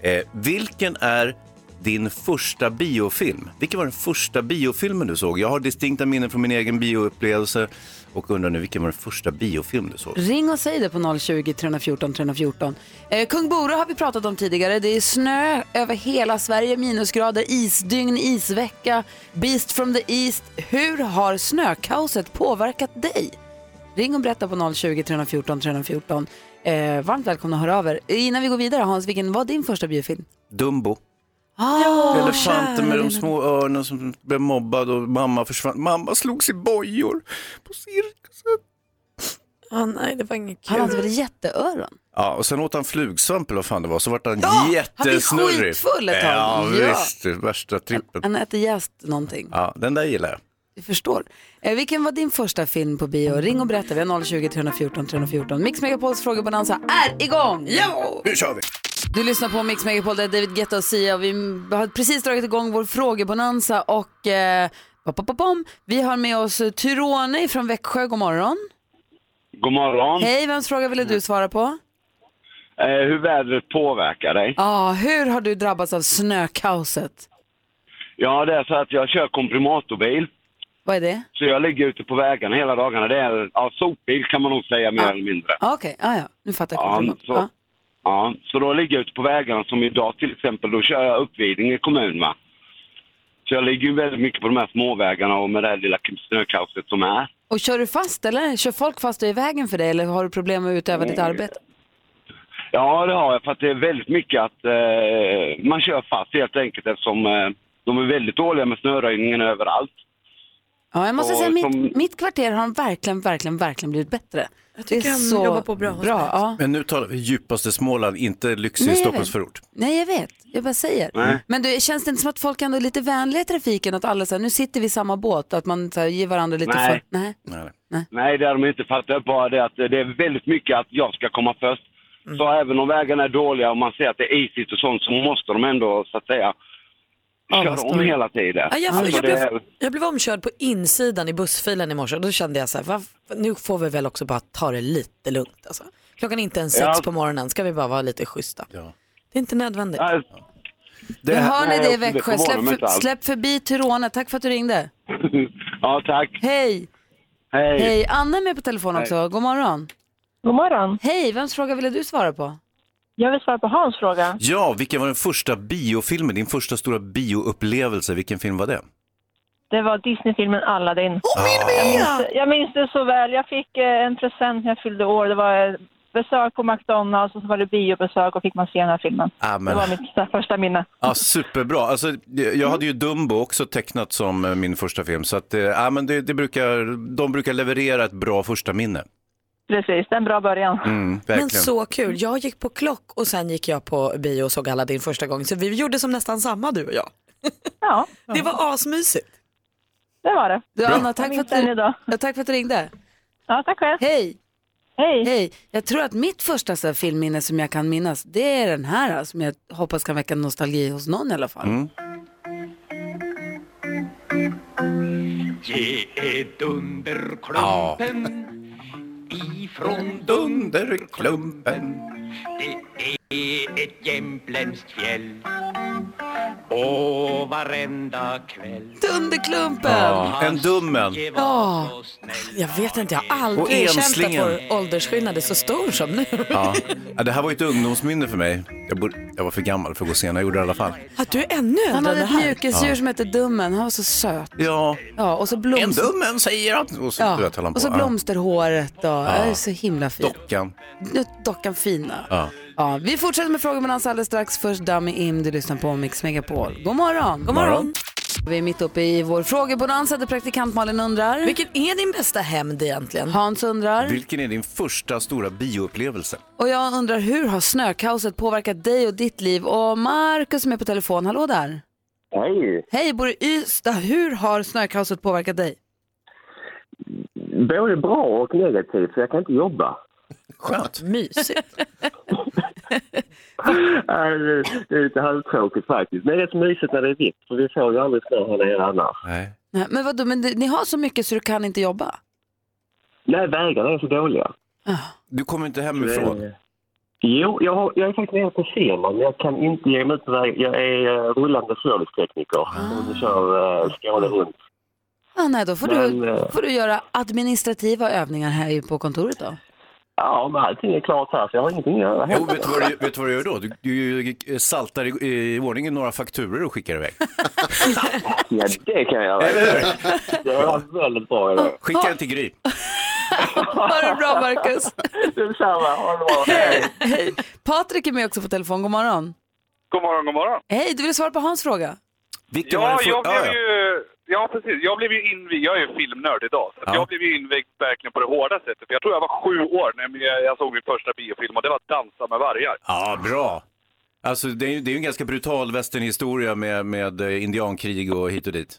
S3: Eh, vilken är din första biofilm? Vilken var den första biofilmen du såg? Jag har distinkta minnen från min egen bioupplevelse och undrar nu, vilken var den första biofilm du såg?
S1: Ring och säg det på 020-314 314. Eh, Kung Bore har vi pratat om tidigare. Det är snö över hela Sverige, minusgrader, isdygn, isvecka, Beast from the East. Hur har snökaoset påverkat dig? Ring och berätta på 020-314 314. Eh, varmt välkomna att höra av er. Innan vi går vidare, Hans, vilken var din första biofilm?
S3: Dumbo.
S1: Ah,
S3: Elefanten med de små örnen som blev mobbad och mamma försvann. Mamma slogs i bojor på cirkusen.
S2: Ja, Ah, nej, det var inget
S1: han hade väl jätteöron?
S3: Ja, och sen åt han flugsvamp eller vad fan det var, så vart han
S1: Ja, han
S3: jättesnurrig.
S1: blev skitfull ett tag.
S3: Ja,
S1: Ja.
S3: visst. Värsta trippen.
S1: Han äter jäst någonting.
S3: Ja, den där gillar jag.
S1: Vi förstår. Eh, vilken var din första film på bio? Ring och berätta. Vi har 020-314 314. Mix Megapols frågebonanza är igång!
S3: Nu kör vi!
S1: Du lyssnar på Mix Megapol, det är David Guetta och Sia. Vi har precis dragit igång vår frågebonanza och eh, pop, pop, pop, pom. vi har med oss Tyrone från Växjö. God morgon.
S13: God morgon.
S1: Hej, vems fråga ville du svara på?
S13: Eh, hur vädret påverkar dig?
S1: Ah, hur har du drabbats av snökaoset?
S13: Ja, det är så att jag kör komprimatorbil.
S1: Vad är det?
S13: Så jag ligger ute på vägarna hela dagarna. Det är ja, sopbil kan man nog säga mer eller mindre.
S1: Ah, Okej, ah, ja. nu fattar jag.
S13: Ja, så, ja. så då ligger jag ute på vägarna som idag till exempel. Då kör jag upp Vidinge kommun va. Så jag ligger ju väldigt mycket på de här småvägarna och med det här lilla snökaoset som är.
S1: Och kör du fast eller? Kör folk fast och är i vägen för dig eller har du problem med att utöva ditt arbete?
S13: Mm. Ja, det har jag. För att det är väldigt mycket att eh, man kör fast helt enkelt eftersom eh, de är väldigt dåliga med snöröjningen överallt.
S1: Ja, jag måste
S13: Och
S1: säga mitt,
S13: som-
S1: mitt kvarter har de verkligen, verkligen, verkligen blivit bättre. Jag
S2: tycker de jobbar på bra hos
S1: bra ja.
S3: Men nu talar vi djupaste Småland, inte lyxig
S1: Nej, jag
S3: Stockholmsförort.
S1: Nej, jag vet. Jag bara säger.
S3: Nej.
S1: Men du, känns det inte som att folk ändå är lite vänliga i trafiken? Att alla så här, nu sitter vi i samma båt, att man så här, ger varandra lite
S13: Nej.
S1: för... Nej.
S13: Nej. det är de inte. För att det är bara det att det är väldigt mycket att jag ska komma först.
S9: Mm.
S13: Så även om vägarna är dåliga och man ser att det är isigt och sånt så måste de ändå så att säga
S2: Ja, vad
S13: köra om
S2: står det?
S13: hela tiden.
S2: Ja, Ah, jag,
S13: Alltså,
S2: jag,
S13: det
S2: blev,
S13: är-
S2: jag blev omkörd på insidan i bussfilen i morse och då kände jag så här, "Va, nu får vi väl också bara ta det lite lugnt. Alltså. Klockan är inte ens sex
S13: Ja.
S2: på morgonen, ska vi bara vara lite schyssta. Det är inte nödvändigt.
S1: Nu hör ni det i Växjö.
S2: förvånar
S1: Släpp,
S2: mig inte
S1: för,
S2: alls.
S1: släpp förbi Tyrone. Tack för att du ringde.
S13: ja, tack.
S1: Hej.
S13: Hej.
S1: Hej. Anna är med på telefon
S13: Hej.
S1: också. God morgon.
S14: God morgon.
S1: Hej, vems fråga ville du svara på?
S14: Jag vill svara på Hans fråga.
S3: Ja, vilken var den första biofilmen, din första stora bioupplevelse, vilken film var det?
S14: Det var Disney-filmen Aladdin.
S3: Oh,
S14: jag,
S3: min
S14: minns, jag minns det så väl. Jag fick eh, en present när jag fyllde år. Det var eh, besök på McDonalds och så var det biobesök och fick man se den här filmen.
S3: Ah, men-
S14: Det var mitt så här första minne.
S3: Ja, superbra. Alltså, jag hade ju Dumbo också tecknat som eh, min första film, så att, eh, ja, men det, det brukar, de brukar leverera ett bra första minne.
S14: Precis, det är en bra början.
S3: Mm, verkligen.
S2: Men så kul. Jag gick på klock och sen gick jag på bio och såg Aladdin första gången. Så vi gjorde som nästan samma du och jag.
S14: Ja.
S2: Det var asmysigt.
S14: Det var det.
S1: Du,
S2: Bra.
S1: Anna, tack för, att
S2: Jag minns
S1: du,
S2: den idag.
S1: ja, tack för att du ringde.
S14: Ja, tack själv.
S1: Hej.
S14: Hej.
S1: Hej. Jag tror att mitt första så här, filmminne som jag kan minnas, det är den här alltså, som jag hoppas kan väcka nostalgi hos någon i alla fall.
S7: Ge är dunderklumpen ifrån dunderklumpen Det är ett jämtländskt fjäll och varenda kväll
S1: Dunderklumpen!
S3: Ja, en dummen.
S2: Ja. Jag vet inte, jag har
S3: Och
S2: aldrig känt att
S3: enslingen.
S2: vår åldersskillnad är så stor som nu.
S3: Ja. Ja, det här var ju ett ungdomsminne för mig. Jag, bor- jag var för gammal för att gå och se, när jag gjorde det i alla fall.
S2: Att du är ännu äldre
S1: Han hade
S2: än
S1: ett
S2: det här.
S1: mjukisdjur
S3: Ja.
S1: som hette Dummen, han var så söt.
S3: Ja,
S1: Ja, och så blomster...
S3: En dummen säger att... Och så,
S1: ja.
S3: jag talar på.
S1: och så blomsterhåret och det är så himla fint.
S3: Ja. Dockan.
S1: Nu dockan fina.
S3: Ja.
S1: Ja, vi fortsätter med frågor med alldeles strax. Först Dummy Im, du lyssnar på Mix Megapol. God morgon!
S2: God morgon.
S1: Vi är mitt uppe i vår frågebonanza där praktikant Malin undrar.
S2: Vilken är din bästa hämnd egentligen?
S1: Hans undrar.
S3: Vilken är din första stora bioupplevelse?
S1: Och jag undrar hur har snökaoset påverkat dig och ditt liv? Och Markus som är på telefon, hallå där.
S15: Hej!
S1: Hej, bor i Ystad. Hur har snökaoset påverkat dig?
S15: Både bra och negativt, för jag kan inte jobba. (laughs)
S3: Skönt.
S1: Mm.
S2: Mysigt.
S15: Nej, det det är lite halvtråkigt faktiskt. Men det är rätt mysigt när det är vitt, för vi får ju aldrig snö här nere annars.
S3: Nej,
S1: Nej, Men vadå, men det- ni har så mycket så du kan inte jobba?
S15: Nej vägarna är så dåliga.
S3: Du kommer inte hemifrån?
S15: Jo, jag, har, jag är faktiskt nere på Zeeland, men jag kan inte ge mig ut på vägen. Jag är eh, rullande servicetekniker och kör eh, Skåne runt.
S1: Ah, nej, då får,
S15: Men,
S1: du,
S15: eh,
S1: får du göra administrativa övningar här ju på kontoret då.
S15: Ja, men allting är klart här, så jag har ingenting att göra.
S3: Jo, vet du vad du, vet du, vad du gör då? Du, du eh, saltar i, i ordningen några fakturer och skickar iväg.
S15: Ja, det kan jag göra. Det var väldigt bra. idé.
S3: Skicka den till Gry.
S1: Ha det bra Marcus!
S15: Detsamma, ha det bra. Hej!
S1: Hej. (laughs) Patrik är med också på telefon, god morgon.
S16: God morgon, god morgon.
S1: Hej, du ville svara på hans fråga?
S16: Ja,
S3: Vilken var det
S16: jag
S3: för- Ah,
S16: blev
S3: ja, ja.
S16: ju... Ja, precis. Jag blev ju invigd. Jag är ju filmnörd idag. Så att
S3: Ja.
S16: Jag blev ju invigd verkligen på det hårda sättet. För jag tror jag var sju år när jag- jag såg min första biofilm och det var Dansa med vargar.
S3: Ja, bra. Alltså, det är ju det är ju en ganska brutal västernhistoria med, med eh, indiankrig och hit och dit.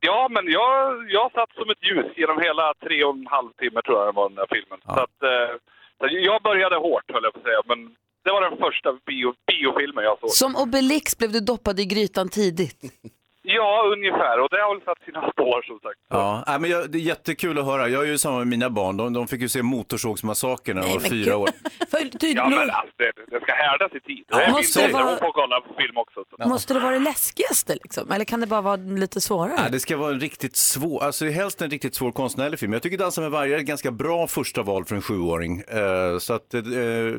S16: Ja, men jag, jag satt som ett ljus genom hela tre och en halv timme tror jag det var den där filmen. Så att, eh, så jag började hårt höll jag på att säga, men Det var den första bio, biofilmen jag såg.
S1: Som Obelix blev du doppad i grytan tidigt.
S2: (laughs)
S16: Ja, ungefär. Och det har väl satt sina spår som sagt.
S3: Ja, nej, men jag, det är jättekul att höra. Jag är ju samma med mina barn. De, de fick ju se Motorsågsmassakern när de var fyra år.
S16: Ja, men alltså, det, det ska härdas i tid.
S3: Ja,
S16: det är min
S3: måste det
S16: dotter,
S3: vara-
S16: hon får kolla på film också. Så.
S2: Måste det vara det läskigaste liksom? Eller kan det bara vara lite svårare?
S3: Nej, det ska vara en riktigt svår, alltså helst en riktigt svår konstnärlig film. Jag tycker Dansa med vargar är ett ganska bra första val för en sjuåring. Eh, så att, eh,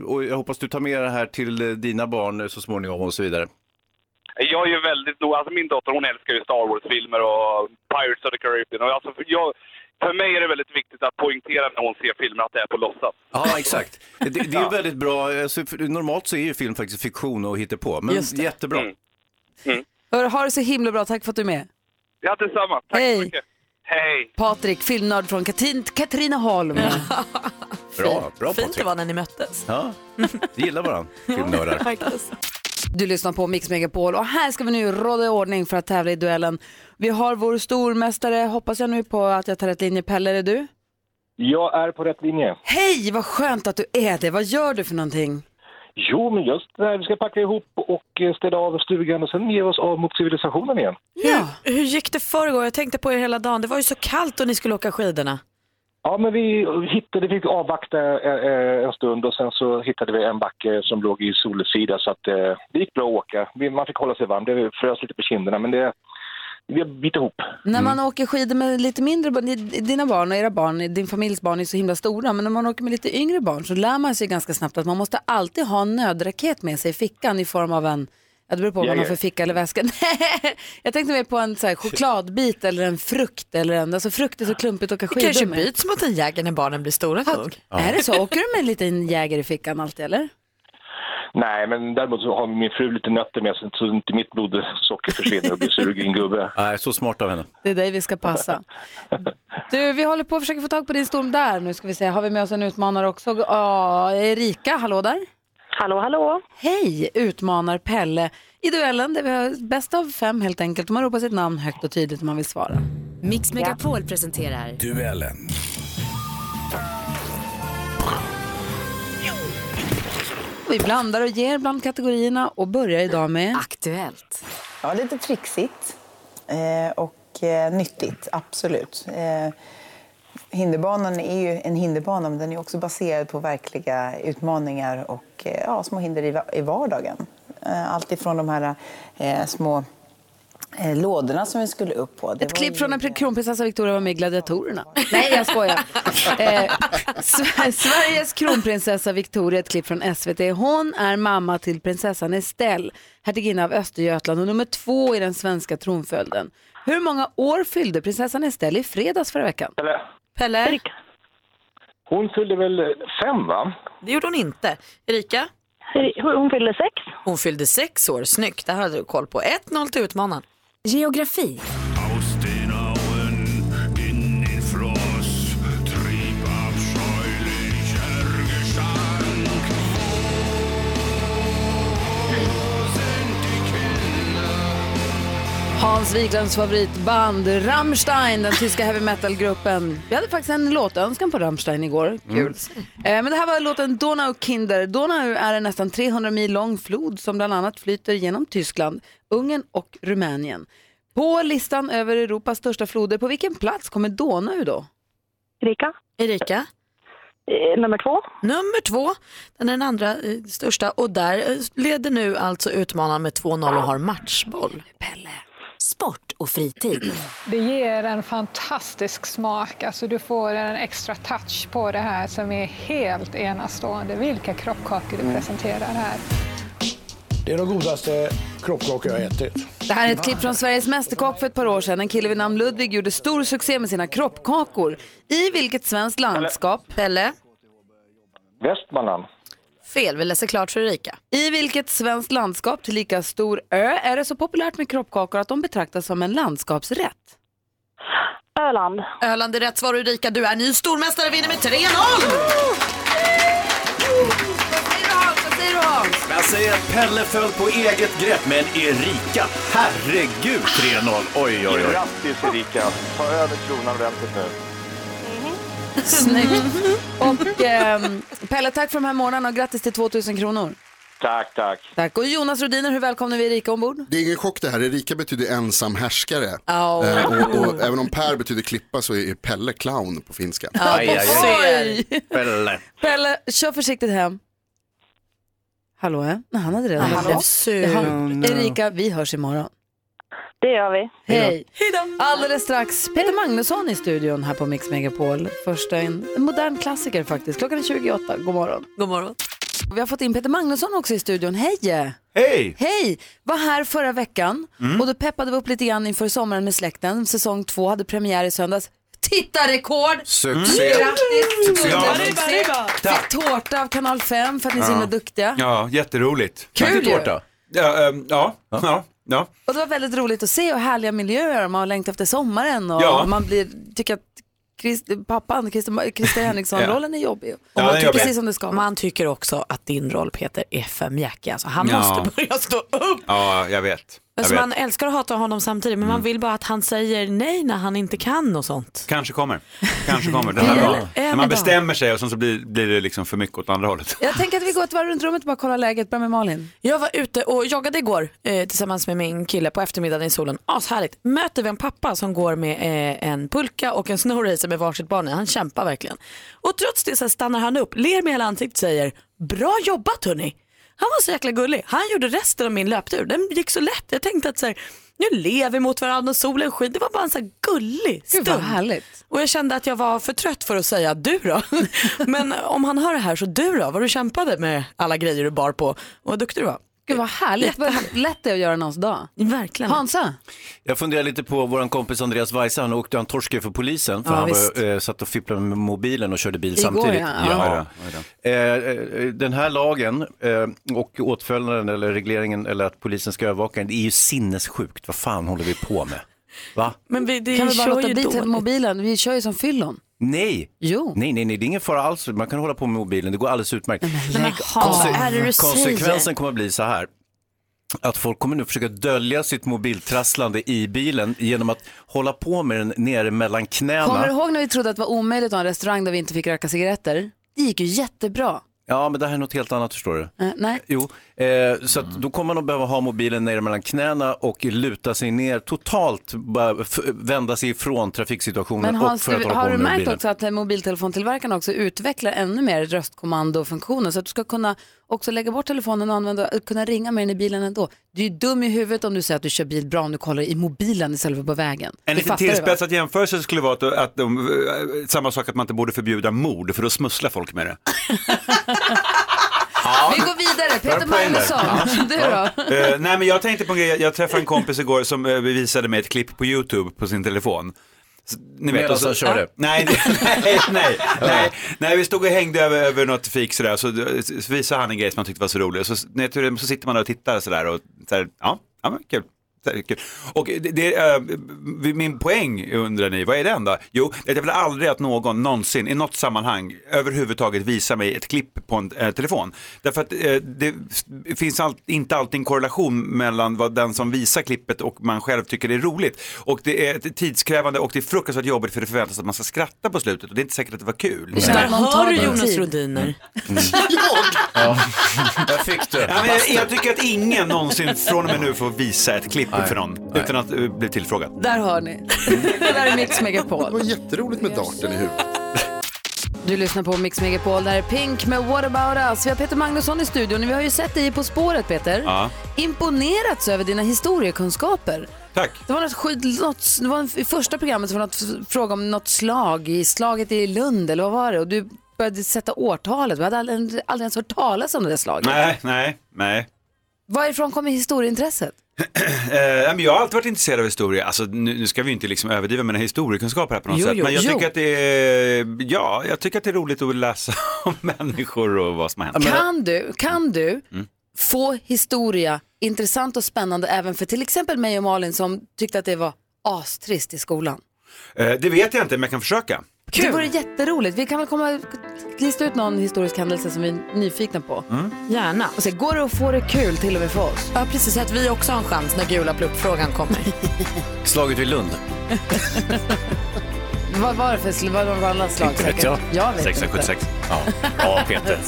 S3: och jag hoppas du tar med det här till eh, dina barn eh, så småningom och så vidare.
S16: Jag är ju väldigt nog, alltså min dotter hon älskar ju Star Wars-filmer och Pirates of the Caribbean. Och alltså, för, jag, för mig är det väldigt viktigt att poängtera när hon ser filmer att det är på låtsas.
S3: Ja, exakt. Det, det är ju väldigt bra, alltså, för- normalt så är ju film faktiskt fiktion och hittepå, men
S1: Just det.
S3: jättebra.
S2: Mm.
S1: Hör, ha det så himla bra, tack för att du är med.
S16: Ja, detsamma. Tack
S1: Hej.
S16: så mycket. Hej!
S1: Patrik, filmnörd från Katrin, Katrineholm.
S3: Bra, bra
S2: Fint det
S3: Patrik.
S2: var när ni möttes.
S3: Ja, vi gillar
S2: (laughs)
S3: varandra, filmnördar.
S2: Faktiskt.
S1: Du lyssnar på Mix Megapol och här ska vi nu råda i ordning för att tävla i duellen. Vi har vår stormästare, hoppas jag nu på att jag tar rätt linje. Pelle, är det du?
S17: Jag är på rätt linje.
S1: Hej, vad skönt att du är det. Vad gör du för någonting?
S17: Jo, men just när vi ska packa ihop och eh, städa av stugan och sen ge oss av mot civilisationen igen.
S2: Ja. Hur, hur gick det förrgår? Jag tänkte på er hela dagen. Det var ju så kallt och ni skulle åka skidorna.
S17: Ja, men vi hittade, vi fick avvakta eh, eh, en stund och sen så hittade vi en backe som låg i solsida så att eh, det gick bra att åka. Vi- Man fick hålla sig varm, det frös lite på kinderna men det, vi bit ihop.
S1: När man åker skidor med lite mindre barn, ni- dina barn och era barn, din familjs barn är så himla stora, men när man åker med lite yngre barn så lär man sig ganska snabbt att man måste alltid ha en nödraket med sig i fickan i form av en, ja, det beror på vad man har
S10: Jajamän.
S1: för ficka eller väska. (laughs) Nej, jag tänkte mer på en så här, chokladbit eller en frukt eller en, alltså frukt är så klumpigt att åka skidor
S2: Det kanske
S1: med.
S2: byts mot en jägare när barnen blir stora nog.
S1: Är det så? Åker du med en liten jäger i fickan alltid eller?
S17: Nej, men däremot så har min fru lite nötter med sig så inte mitt blodsocker försvinner och blir sugen gubbe.
S3: Nej, så smart av henne.
S1: Det är dig vi ska passa. Du, vi håller på att försöka få tag på din storm där. Nu ska vi se, har vi med oss en utmanare också? Ja, Erika, hallå där.
S18: Hallå, hallå.
S1: Hej, utmanar Pelle i duellen där vi har bäst av fem helt enkelt. Man ropar sitt namn högt och tydligt om man vill svara.
S19: Mix Megapol presenterar
S20: Duellen.
S1: Vi blandar och ger bland kategorierna och börjar idag med...
S2: Ah,
S19: Aktuellt.
S14: Ja, lite trixigt eh, och eh, nyttigt, absolut. Eh, hinderbanan är ju en hinderbana, men den är också baserad på verkliga utmaningar och eh, ja, små hinder i, va- i vardagen. Eh, allt ifrån de här eh, små eh, lådorna som vi skulle upp på. Det
S1: Ett
S14: var
S1: klipp
S14: ju-
S1: från när kronprinsessa Victoria var med i Gladiatorerna. Nej, jag skojar. (laughs) Eh, Sve- Sveriges kronprinsessa Victoria, ett klipp från SVT. Hon är mamma till prinsessan Estelle, hertiginna av Östergötland och nummer två i den svenska tronföljden. Hur många år fyllde prinsessan Estelle i fredags förra veckan?
S17: Pelle.
S2: Pelle?
S17: Hon fyllde väl fem, va?
S2: Det gjorde hon inte. Erika?
S18: Hon fyllde sex.
S2: Hon fyllde sex år. Snyggt, där hade du koll på. 1-0 till utmanaren.
S19: Geografi.
S1: Hans Wiklunds favoritband Rammstein, den tyska heavy metal-gruppen. Vi hade faktiskt en låtönskan på Rammstein igår. Kul. Eh, Men det här var låten Donau Kinder. Donau är en nästan 300 mil lång flod som bland annat flyter genom Tyskland, Ungern och Rumänien. På listan över Europas största floder, på vilken plats kommer Donau då?
S18: Erika?
S2: Erika?
S18: Eh, nummer två.
S2: Nummer två. Den är den andra eh, största och där eh, leder nu alltså utmanaren med 2-0 och har matchboll. Pelle.
S19: Sport och fritid.
S21: Det ger en fantastisk smak. Alltså du får en extra touch på det här som är helt enastående. Vilka kroppkakor du presenterar här.
S22: Mm. Det är de godaste kroppkakor jag har ätit.
S1: Det här är ett klipp från Sveriges Mästerkock för ett par år sedan. En kille vid namn Ludvig gjorde stor succé med sina kroppkakor. I vilket svenskt landskap? Pelle?
S17: Västmanland.
S2: Fel, vi läser klart för Erika.
S1: I vilket svenskt landskap, till lika stor ö, är det så populärt med kroppkakor att de betraktas som en landskapsrätt?
S18: Öland.
S2: Öland är rätt svar Erika. Du är ny stormästare, vinner med 3-0!
S3: Jag säger att Pelle föll på eget grepp, men Erika, herregud 3-0. Oj, oj, oj.
S17: Grattis Erika! Ta över kronan ordentligt nu.
S1: Snyggt. Och ehm, Pelle, tack för de här morgnarna och grattis till 2000 kronor.
S17: Tack, tack.
S1: Tack. Och Jonas Rodiner, hur välkomnar vi Erika ombord?
S4: Det är ingen chock det här, Erika betyder ensam härskare.
S1: Au.
S4: Eh, och, och, även om Per betyder klippa så är Pelle clown på finska.
S1: Ja, Aj, aj, aj. oj.
S3: Pelle.
S1: Pelle, kör försiktigt hem. Hallå, ja. Nej, han hade redan
S2: Ah, hallå.
S1: Jaha. Erika, vi hörs imorgon.
S6: Det gör vi.
S1: Hej! Alldeles strax Peter Magnusson i studion här på Mix Megapol. Första en en modern klassiker faktiskt. Klockan är 28. God morgon.
S2: God morgon.
S1: Vi har fått in Peter Magnusson också i studion. Hej!
S7: Hej!
S1: Hej! Var här förra veckan
S7: Mm.
S1: och då peppade vi upp lite grann inför sommaren med släkten. Säsong två hade premiär i söndags. Tittarrekord!
S7: Succé.
S1: Grattis!
S7: Succé.
S1: Stor
S7: Ja.
S1: succé.
S7: Arriba, arriba.
S1: Fick tårta av Kanal 5 för att ni är så
S7: Ja.
S1: himla duktiga.
S7: Ja, jätteroligt.
S1: Kul Tack till ju. tårta.
S7: Ja, ehm, ja, ja, ja.
S1: Och det var väldigt roligt att se och härliga miljöer. Man har längtat efter sommaren och
S7: Ja.
S1: man blir, tycker att Chris, pappan, Christer, Christer Henriksson-rollen är jobbig. Och
S2: Ja,
S1: man
S2: den är
S1: tycker
S2: jobbig.
S1: precis som det ska.
S2: Man tycker också att din roll Peter är för mjäkig. Alltså, han
S7: Ja.
S2: måste börja stå upp.
S7: Ja, jag vet. Jag
S2: Alltså,
S7: vet. Mm.
S2: man älskar och hatar honom samtidigt men man vill bara att han säger nej när han inte kan och sånt.
S7: Kanske kommer. Kanske kommer. Den
S2: Eller
S7: här dagen.
S2: en
S7: När man
S2: dag.
S7: bestämmer sig och sen så blir, blir det liksom för mycket åt andra hållet.
S1: Jag tänker att vi går ett varv runt rummet och bara kollar läget. Börja med Malin.
S2: Jag var ute och joggade igår eh, tillsammans med min kille på eftermiddagen i solen. Ashärligt. Möter vi en pappa som går med eh, en pulka och en snowracer med varsitt barn i. Han kämpar verkligen. Och trots det så här stannar han upp, ler med hela ansiktet och säger bra jobbat hörni. Han var så jäkla gullig. Han gjorde resten av min löptur. Den gick så lätt. Jag tänkte att så här, nu lever vi mot varandra och solen skiner. Det var bara en så här gullig
S1: Gud,
S2: stund.
S1: vad härligt.
S2: Och jag kände att jag var för trött för att säga du då. (laughs) Men om han hör det här så du då, vad du kämpade med alla grejer du bar på och vad duktig du var.
S1: Gud vad härligt. Mm. Vad lätt det är att göra någons dag.
S2: Verkligen.
S1: Hansa?
S3: Jag funderar lite på vår kompis Andreas Weise, han åkte han torskade för polisen för
S1: Ja,
S3: han
S1: visst.
S3: var, eh, satt och fipplade med mobilen och körde bil
S1: Igår,
S3: samtidigt.
S1: ja.
S7: Ja.
S3: Eh, eh, Den här lagen eh, och åtföljden eller regleringen eller att polisen ska övervaka en, det är ju sinnessjukt. Vad fan håller vi på med? Va?
S2: Men vi, det
S1: kan vi bara
S2: kör
S1: låta
S2: ju
S1: bli till
S2: dåligt.
S1: mobilen? Vi kör ju som fyllon.
S3: Nej.
S1: Jo.
S3: nej, nej, nej, det är ingen fara alls. Man kan hålla på med mobilen, det går alldeles utmärkt.
S2: lägg av.
S3: Konse-
S2: Vad Mm. är det du säger?
S3: konsekvensen kommer att bli så här. Att folk kommer nu försöka dölja sitt mobiltrasslande i bilen genom att hålla på med den nere mellan knäna.
S1: Kommer du ihåg när vi trodde att det var omöjligt att ha en restaurang där vi inte fick röka cigaretter? Det gick ju jättebra.
S3: Ja, men det här är något helt annat förstår du.
S1: Eh, nej.
S3: Jo, eh, så att då kommer man att behöva ha mobilen nere mellan knäna och luta sig ner totalt, bara f- vända sig ifrån trafiksituationen
S1: Men Hans,
S3: och för att
S1: du,
S3: hålla på
S1: har du
S3: med
S1: märkt
S3: mobilen.
S1: också att eh, mobiltelefontillverkarna också utvecklar ännu mer röstkommandofunktioner så att du ska kunna också lägga bort telefonen och använda, eh, kunna ringa med den i bilen ändå. Du är ju dum i huvudet om du säger att du kör bil bra om du kollar i mobilen istället för på vägen.
S7: En
S1: du
S7: liten
S1: fattar det, va?
S7: tillspetsad jämförelse skulle vara att, att de, eh, samma sak att man inte borde förbjuda mord för då smusslar folk med det. Ja.
S1: Vi går vidare,
S7: Bra
S1: Peter
S7: poäng där.
S1: Magnusson, du då?
S7: (laughs) Eh, nej men jag tänkte på en grej, jag träffade en kompis igår som eh, visade mig ett klipp på YouTube på sin telefon. Så, ni
S3: Medan
S7: och så-
S3: han körde?
S7: Nej, (laughs) nej, nej, nej, nej, vi stod och hängde över, över något fik sådär, så, så visade han en grej som han tyckte var så rolig, så, nej, tur- så sitter man där och tittar sådär och sådär, ja, ja men kul. Så här, kul. Och det, det, eh, min poäng undrar ni, vad är den då? Jo, att jag vill aldrig att någon någonsin i något sammanhang överhuvudtaget visar mig ett klipp på en eh, telefon. Därför att eh, det s- finns all, inte alltid en korrelation mellan vad den som visar klippet och man själv tycker det är roligt. Och det är tidskrävande och det är fruktansvärt jobbigt för det förväntas att man ska skratta på slutet och det är inte säkert att det var kul.
S1: Det känns att man tar
S2: Hör du
S1: din
S2: Jonas
S1: tid.
S2: Rodiner?
S3: Ja, där fick du.
S7: Ja, men jag, jag tycker att ingen någonsin från och med nu får visa ett klipp för någon utan att eh, bli tillfrågad.
S1: Där hör ni. Det där är Mix Megapol. Det var
S4: jätteroligt med darten i huvudet.
S1: Du lyssnar på Mix Megapol, det här är Pink med What about us. Vi har Peter Magnusson i studion. Vi har ju sett dig i På spåret, Peter.
S7: Ja.
S1: Imponerats över dina historiekunskaper.
S7: Tack.
S1: Det var, något, skyd- något, det var i första programmet som var något f- fråga om något slag, i slaget i Lund eller vad var det? Och du började sätta årtalet. Vi hade aldrig, aldrig ens hört talas om det där slaget.
S7: Nej, nej, nej.
S1: Varifrån kommer historieintresset?
S7: Eh, nej, men jag har alltid varit intresserad av historia. Alltså, nu, nu ska vi inte liksom överdriva mina historiekunskaper här på något
S1: Jo,
S7: sätt.
S1: jo,
S7: men jag
S1: jo.
S7: tycker att det är, ja, jag tycker att det är roligt att läsa (laughs) om människor och vad som har hänt.
S1: Kan du, kan du
S7: Mm.
S1: få historia intressant och spännande även för till exempel mig och Malin som tyckte att det var astrist i skolan?
S7: Eh, det vet jag inte, men jag kan försöka.
S1: Det vore jätteroligt. Vi kan väl komma lista ut någon historisk händelse som vi är nyfikna på.
S7: Mm.
S1: Gärna. Och se, går det att få det kul till och med för oss?
S2: Ja precis, så att vi också har en chans när gula pluppfrågan kommer.
S3: Slaget vid Lund.
S1: (laughs) Vad var det för slag? Vad var det för annat slag?
S3: Inte vet
S1: säkert?
S3: jag.
S1: jag vet inte.
S3: 676. Ja. ja, Peter.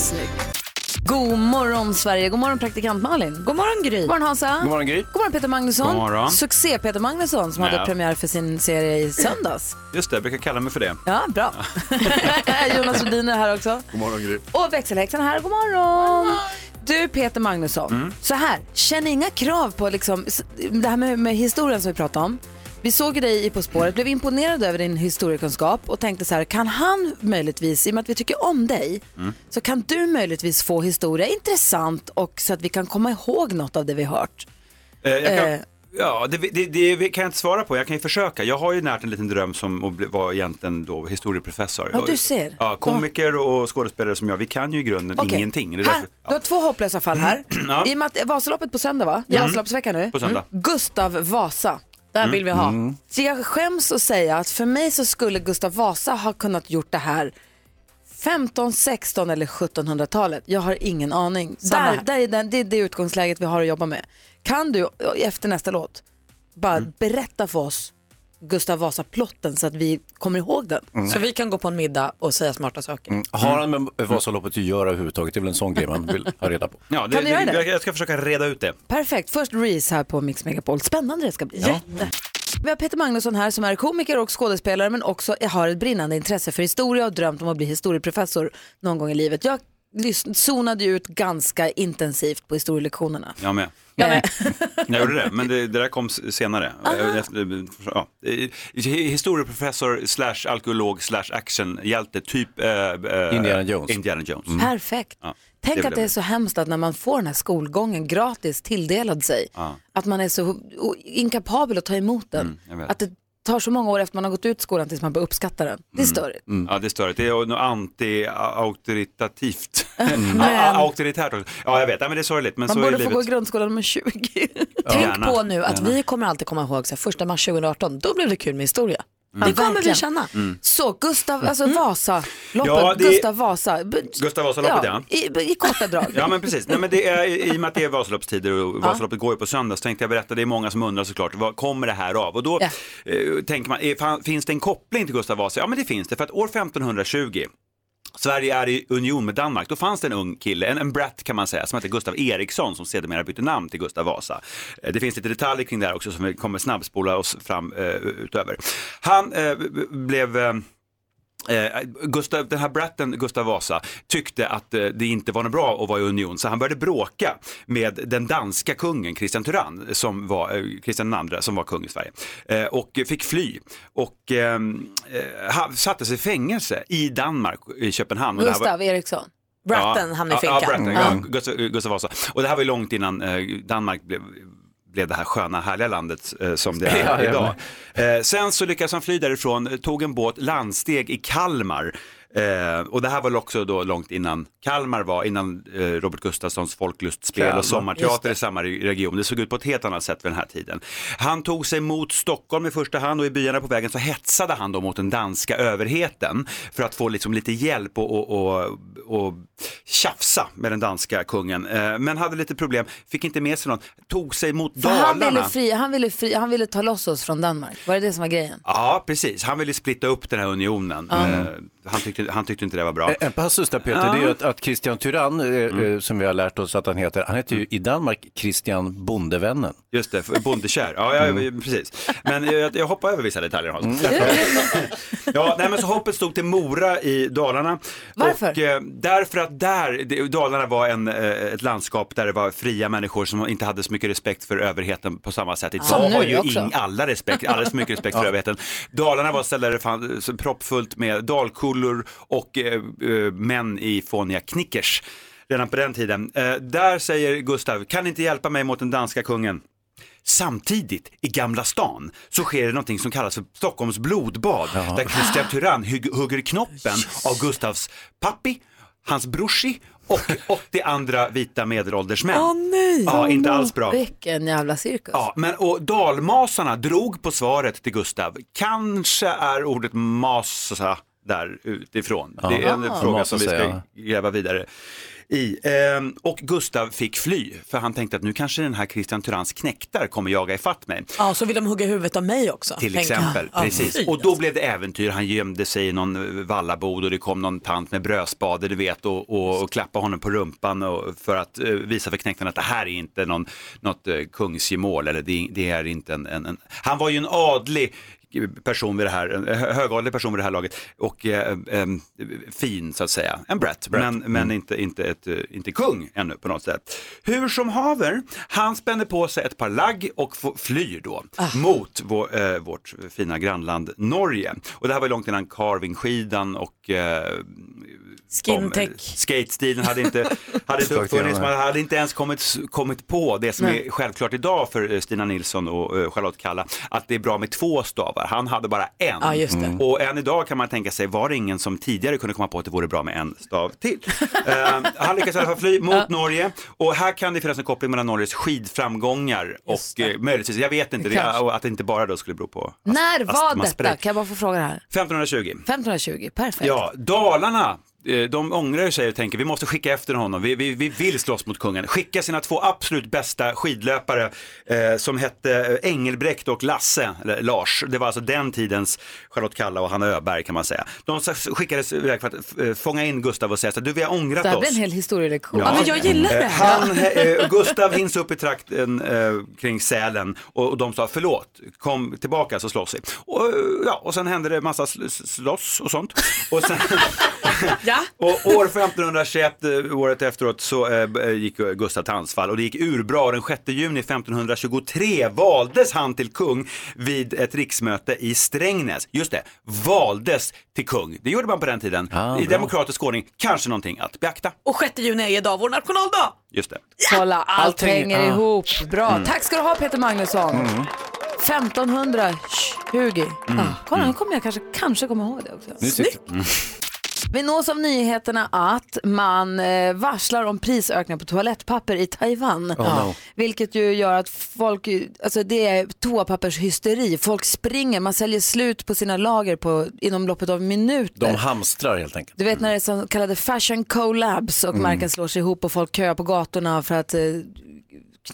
S1: God morgon Sverige, god morgon praktikant Malin. God morgon Gry. God morgon Hansa.
S3: God morgon, Gry.
S1: God morgon Peter Magnusson.
S7: God morgon.
S1: Succé Peter Magnusson som
S7: Ja.
S1: hade premiär för sin serie i söndags.
S7: Just det, jag brukar kalla mig för det.
S1: Ja, bra. (laughs) Jonas Rhodin är här också.
S7: God morgon Gry.
S1: Och växelhäxan här, god morgon. Du Peter Magnusson,
S7: Mm.
S1: så här, känn inga krav på liksom, s- det här med, med historien som vi pratade om. Vi såg ju dig i På spåret, blev imponerade över din historiekunskap och tänkte så här, kan han möjligtvis, i och med att vi tycker om dig,
S7: Mm.
S1: så kan du möjligtvis få historia intressant och så att vi kan komma ihåg något av det vi hört.
S7: Eh, jag kan,
S1: Eh.
S7: Ja, det, det, det kan jag inte svara på. Jag kan ju försöka. Jag har ju närt en liten dröm som att bli- vara egentligen då historieprofessor.
S1: Ja, du ser.
S7: Ja, komiker och skådespelare som jag, vi kan ju i grunden
S1: Okej.
S7: ingenting. Det är
S1: Här,
S7: därför,
S1: du har två hopplösa fall här.
S7: (clears throat) Ja.
S1: I och med att Vasaloppet på söndag va? Det är
S7: Ja.
S1: Vasaloppsvecka nu. Mm.
S7: På söndag.
S1: Gustav Vasa. Där
S7: Mm. vill vi ha. Mm.
S1: Så jag skäms att säga att för mig så skulle Gustav Vasa ha kunnat gjort det här 15, 16 eller 1700-talet. Jag har ingen aning.
S2: Samma
S1: Där,
S2: här.
S1: där är den, det är det utgångsläget vi har att jobba med. Kan du eh, efter nästa låt bara
S7: Mm.
S1: berätta för oss Gustav Vasa-plotten så att vi kommer ihåg den?
S3: Mm. Så
S2: vi kan gå på en middag och säga smarta saker.
S3: Har han med Vasaloppet att göra överhuvudtaget? Det är väl en sån grej man vill ha reda på.
S7: Ja,
S1: Kan du göra det?
S7: Jag, jag ska försöka reda ut det.
S1: Perfekt. Först Reese här på Mix Megapol. Spännande det ska bli. Jätte. Vi har Peter Magnusson här som är komiker och skådespelare men också har ett brinnande intresse för historia och drömt om att bli historieprofessor någon gång i livet. Jag lys- zonade ju ut ganska intensivt på historielektionerna.
S7: Jag med. (laughs) Jag gjorde det, men det, det där kom s- senare. Efter, ja. Eh, Historieprofessor slash alkoholog slash actionhjälte, typ eh, eh,
S3: Indiana Jones.
S7: Indiana Jones.
S1: Mm. Perfekt.
S7: Ja,
S1: Tänk att
S7: blev
S1: det är så hemskt att när man får den här skolgången gratis tilldelad sig,
S7: Ja. Mm,
S1: att man är så o- inkapabel att ta emot den.
S7: jag vet.
S1: att det tar så många år efter man har gått ut skolan tills man börjar uppskatta den. Det är störigt.
S7: Mm. Ja, det är störigt. Det är något anti-auktoritativt.
S1: (laughs) Men-
S7: A- Auktoritärt också. Ja, jag vet. Ja, men det är sorgligt, men
S1: Man
S7: så är
S1: borde få
S7: livet.
S1: gå i grundskolan med 20.
S2: Tänk
S7: Gärna.
S2: på nu att
S7: Gärna.
S2: vi kommer alltid komma ihåg så här, första mars 2018, då blev det kul med historia.
S7: Mm.
S2: Det kommer vi
S1: verkligen.
S2: känna.
S7: Mm.
S1: Så Gustav, alltså Vasa, loppet,
S7: Ja, det-
S1: Gustav Vasa. B-
S7: Gustav Vasaloppet, ja.
S1: I, I
S7: (laughs)
S1: korta drag.
S7: Ja men precis, Nej, men det är, i och med att det är Vasaloppstider och
S1: Ja.
S7: Vasaloppet går ju på söndag så tänkte jag berätta, det är många som undrar såklart, vad kommer det här av? Och då eh, tänker man, är, fan, finns det en koppling till Gustav Vasa? Ja men det finns det, för att år 1520 Sverige är i union med Danmark. Då fanns det en ung kille, en, en brat kan man säga, som hette Gustav Eriksson som sedermera bytte namn till Gustav Vasa. Eh, Det finns lite detaljer kring det här också som vi kommer snabbspola oss fram eh, utöver. Han eh, b- b- blev eh, Eh, Gustav, den här bratten Gustav Vasa tyckte att eh, det inte var något bra att vara i union så han började bråka med den danska kungen Kristian Tyrann, som var, eh, Kristian II som var kung i Sverige eh, och fick fly och eh, eh, ha- sattes i fängelse i Danmark, i Köpenhamn. Och det här var-
S1: Gustav Eriksson.
S7: Ja, Ja, ja, Bratten, ja, Gustav, Gustav Vasa. Och det här var ju långt innan eh, Danmark blev, blev det här sköna, härliga landet eh,
S3: (laughs)
S7: som det är
S3: Ja, ja,
S7: idag. Eh, sen så lyckades han fly därifrån, eh, tog en båt, landsteg i Kalmar. Eh, och det här var väl också då långt innan Kalmar var, innan eh, Robert Gustafssons folklustspel
S3: Kalmar,
S7: och
S3: just
S7: sommarteater
S3: det.
S7: i samma re- region. Det såg ut på ett helt annat sätt vid den här tiden. Han tog sig mot Stockholm i första hand och i byarna på vägen så hetsade han då mot den danska överheten för att få liksom lite hjälp och, och, och, och tjafsa med den danska kungen. Eh, men hade lite problem, fick inte med sig någon, tog sig mot
S1: För
S7: Dalarna.
S1: han ville, fri, han, ville fri, han ville ta loss oss från Danmark. Var det det som var grejen?
S7: Ja, precis. Han ville splitta upp den här unionen. Eh, han, tyckte, han tyckte inte det var bra.
S3: En passus där Peter,
S7: Ja.
S3: det är ju att, att Christian Tyrann, eh,
S2: Mm.
S3: eh, som vi har lärt oss att han heter, han heter ju i Danmark Christian Bondevännen.
S7: Just det, för- bondekär. Ja, ja
S3: Mm.
S7: precis. Men jag, jag hoppar över vissa detaljer Hans. (laughs) Ja, nej, men så hoppet stod till Mora i Dalarna.
S1: Varför?
S7: Och, eh, därför att där, det, Dalarna var en, eh, ett landskap där det var fria människor som inte hade så mycket respekt för överheten på samma sätt. Idag
S3: Ah, Som nu
S7: har ju
S3: också.
S7: alla respekt, alldeles för mycket
S3: (laughs)
S7: respekt för överheten. Dalarna var ett ställe där det fanns proppfullt med dalkullor och eh, eh, män i fåniga knickers. Redan på den tiden. Eh, där säger Gustav, kan ni inte hjälpa mig mot den danska kungen? Samtidigt i Gamla stan så sker det någonting som kallas för Stockholms blodbad där Kristian Tyrann hugg- hugger knoppen av Gustavs pappi, hans brorsi och 80 andra vita medelålders män.
S1: Åh, nej.
S7: Ja, inte alls bra.
S1: Vilken jävla cirkus.
S7: Ja, men och dalmasarna drog på svaret till Gustav. Kanske är ordet masa där utifrån. Det är en
S3: Ja.
S7: fråga
S3: Masa,
S7: som vi ska
S3: säger
S7: gräva vidare i. Ehm, och Gustav fick fly, för han tänkte att nu kanske den här Christian Tyrans knektar kommer jaga ifatt mig.
S2: Ja, så vill de hugga huvudet av mig också.
S7: Till
S2: tänker jag.
S7: exempel,
S2: Ja,
S7: precis.
S2: fy. alltså.
S7: Och då blev det äventyr, han gömde sig i någon eh, vallabod och det kom någon tant med brödspade, du vet, och, och, och klappade honom på rumpan och, för att eh, visa för knektarna att det här är inte någon, något eh, kungsgemål eller det, det är inte en, en, en... Han var ju en adlig eh, person vid det här, en hö- högadlig person vid det här laget och eh, eh, fin så att säga, en brat, men, men inte, inte, ett, eh, inte kung ännu på något sätt. Hur som haver, han spänner på sig ett par lagg och f- flyr då mot vår, eh, vårt fina grannland Norge. Och det här var långt innan carvingskidan och eh,
S2: Skintech.
S7: de- Skatestilen hade
S2: (laughs)
S7: inte, hade inte uppfunnits, man hade inte ens kommit, kommit på det som
S2: Nej.
S7: är självklart idag för eh, Stina Nilsson och eh, Charlotte Kalla, att det är bra med två stavar. Han hade bara en.
S2: Ja, just det. Mm.
S7: Och än idag kan man tänka sig, var det ingen som tidigare kunde komma på att det vore bra med en stav till? Eh, han lyckas i alla fall
S2: (laughs)
S7: fly mot Norge och här kan det finnas en koppling mellan Norges skidframgångar och eh, möjligtvis, jag vet inte, det,
S1: Kanske.
S7: och att det inte bara då skulle bero på
S1: När
S7: ast-
S1: var
S7: astmaspray.
S1: detta? Kan jag bara få fråga det här?
S7: 1520.
S1: 1520, perfekt.
S7: Ja, Dalarna. eh, De ångrar sig och tänker vi måste skicka efter honom, vi, vi, vi vill slåss mot kungen. Skicka sina två absolut bästa skidlöpare eh, som hette Engelbrekt och Lasse, eller Lars. Det var alltså den tidens Charlotte Kalla och Hanna Öberg kan man säga. De s- skickades iväg för att eh, fånga in Gustav och säga så här, du vi har ångrat
S1: Det här
S7: oss.
S1: blir en hel historielektion.
S7: Eh, Han, eh, Gustav hinns upp i trakten eh, kring Sälen och, och de sa förlåt, kom tillbaka så slåss vi. Och, eh, ja, och sen hände det massa sl- sl- slåss och sånt. Och, sen, (laughs) och år 1521, eh, året efteråt, så eh, b- eh, gick Gustav till anfall och det gick urbra. Och Den 6 juni 1523 valdes han till kung vid ett riksmöte i Strängnäs. Just det, valdes till kung. Det gjorde man på den tiden. I
S2: bra.
S7: demokratisk ordning, kanske någonting att beakta.
S2: Och 6 juni är idag vår nationaldag.
S7: Just det.
S1: Kolla, allt
S7: Allting-
S1: hänger
S7: ja.
S1: ihop. Bra.
S7: Mm.
S1: Tack ska du ha Peter Magnusson.
S7: Mm.
S1: 1520.
S7: Mm.
S1: Ah, kolla, nu kommer jag kanske, kanske komma ihåg det också. Vi nås av nyheterna att man eh, varslar om prisökningar på toalettpapper i Taiwan.
S23: Oh, no.
S1: Vilket ju gör att folk, ju- alltså det är toapappershysteri. Folk springer, man säljer slut på sina lager på, inom loppet av minuter.
S3: De hamstrar helt enkelt.
S1: Du vet när det är så kallade fashion collabs och
S3: Mm.
S1: märken slår sig ihop och folk köar på gatorna för att eh,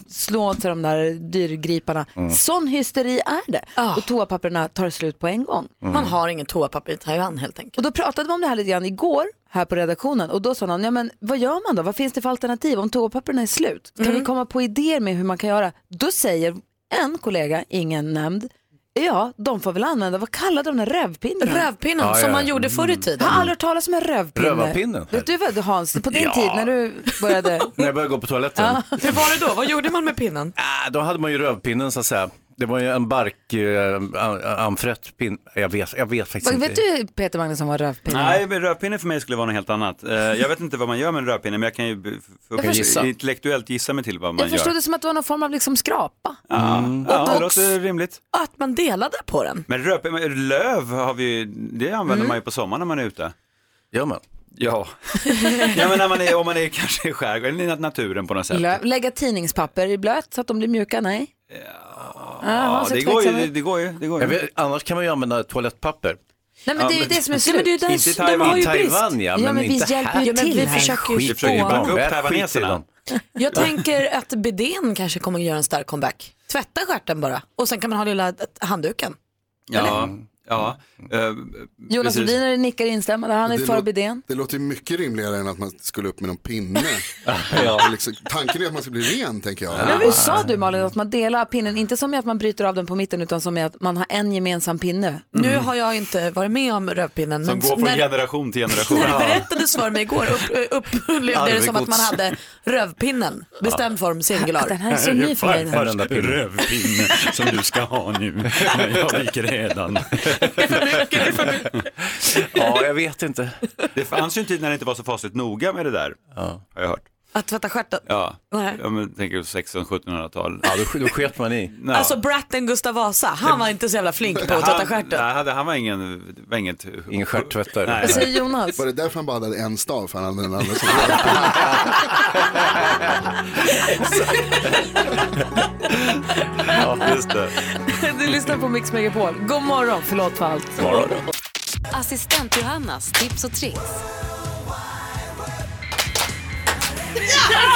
S1: slå åt sig de där dyrgriparna.
S2: Mm.
S1: Sån hysteri är det. Och toapapperna tar slut på en gång.
S2: Mm. Man har ingen toapapper i Taiwan helt enkelt.
S1: Och då pratade vi om det här lite grann igår här på redaktionen och då sa någon, ja men vad gör man då? Vad finns det för alternativ om toapapperna är slut? Kan vi komma på idéer med hur man kan göra? Då säger en kollega, ingen nämnd, ja de får väl använda, vad kallar de den rövpinnen?
S2: Rövpinnen, Ja, som ja, man ja. gjorde förr i Mm. tiden.
S1: Har aldrig hört talas om en rövpinne?
S3: Rövarpinnen?
S1: Vet du vad Hans, på din
S3: Ja.
S1: tid när du började
S3: När jag började gå (laughs) på toaletten.
S2: Hur var det då? Vad gjorde man med pinnen?
S3: Ah, då hade man ju rövpinnen så att säga. Det var ju en bark, eh, an- anfrätt pin. Jag vet, jag vet faktiskt
S1: Vad
S3: inte.
S1: vet du Peter Magnusson vad rövpinne är?
S7: Nej, men rödpinne för mig skulle vara något helt annat. Eh, Jag vet inte vad man gör med en rödpinne, men jag kan ju b- f-
S1: Jag
S7: f-
S1: förstår-
S7: intellektuellt gissa mig till vad man
S1: Jag förstod
S7: gör.
S1: det som att det var någon form av liksom skrapa.
S7: Ja, ja, det
S1: Och-
S7: låter rimligt.
S2: Att man delade på den.
S7: Men röp, men löv har vi ju, det använder
S1: Mm.
S7: man ju på sommaren när man är ute.
S3: Gör man?
S1: (laughs)
S7: Ja. ja men när man är, om man är kanske i skärgården eller i naturen på något sätt.
S1: Lö- Lägga tidningspapper i blöt så att de blir mjuka, nej. Ah,
S3: det går ju, det-
S7: det går ju. Det går
S3: Jag vet, annars kan man ju använda toalettpapper.
S1: Nej, men det är ju det som är
S3: Nej, men det är ju där- Inte i de Taiwan. har ju brist. Taiwan, ja, men
S1: vi
S3: inte
S1: hjälper
S3: här.
S1: ju
S3: Ja, men
S1: till.
S2: vi
S1: här.
S2: försöker ju Vi
S3: försöker få- backa upp
S1: Skit i
S3: taiwaneserna.
S1: dem.
S2: Jag tänker att bidén kanske kommer att göra en stark comeback. Tvätta stjärten bara och sen kan man ha lilla handduken.
S7: Ja, ja. eh,
S1: Jonas
S7: precis.
S1: Rhodiner nickar instämmande, han är
S4: Det
S1: för
S4: låter-
S1: bidén.
S4: Det låter ju mycket rimligare än att man skulle upp med någon
S1: (laughs)
S4: pinne. Det är liksom, tanken är att man ska bli ren tänker jag.
S1: Men hur sa du Malin att man delar pinnen, inte som i att man bryter av den på mitten utan som i att man har en gemensam pinne.
S3: Mm.
S2: Nu har jag inte varit med om rövpinnen.
S7: Som
S2: men
S7: går från
S2: när-
S7: generation till
S1: (laughs)
S7: generation.
S2: När det berättades för mig igår upp, eh, upplevde jag det som att man
S7: Arvegods.
S2: hade rövpinnen, bestämd form, singular.
S1: Den här är så ny för mig. den.
S7: Farfars rövpinne som du ska ha nu. Men jag gick redan.
S3: Ja, (laughs) jag vet inte.
S7: Det fanns ju en tid när det inte var så fasligt noga med det där. Har jag hört.
S2: Att tvätta stjärten.
S7: Ja,
S2: Nej.
S7: jag men, tänker 1600-1700-tal.
S3: Ja, då, då sket man i.
S7: Ja.
S2: Alltså bratten Gustav Vasa, han var inte så jävla flink på att tvätta stjärten.
S7: Han, nej, hade- han var ingen, var inget... Ingen
S3: stjärttvättare.
S7: Nej, nej.
S1: Alltså, Jonas?
S4: Var det därför han bara hade en stav för han hade den andra som
S7: Ja, just det.
S1: du lyssnar på Mix Megapol. God morgon, förlåt för allt.
S9: Assistent Johannas tips och tricks.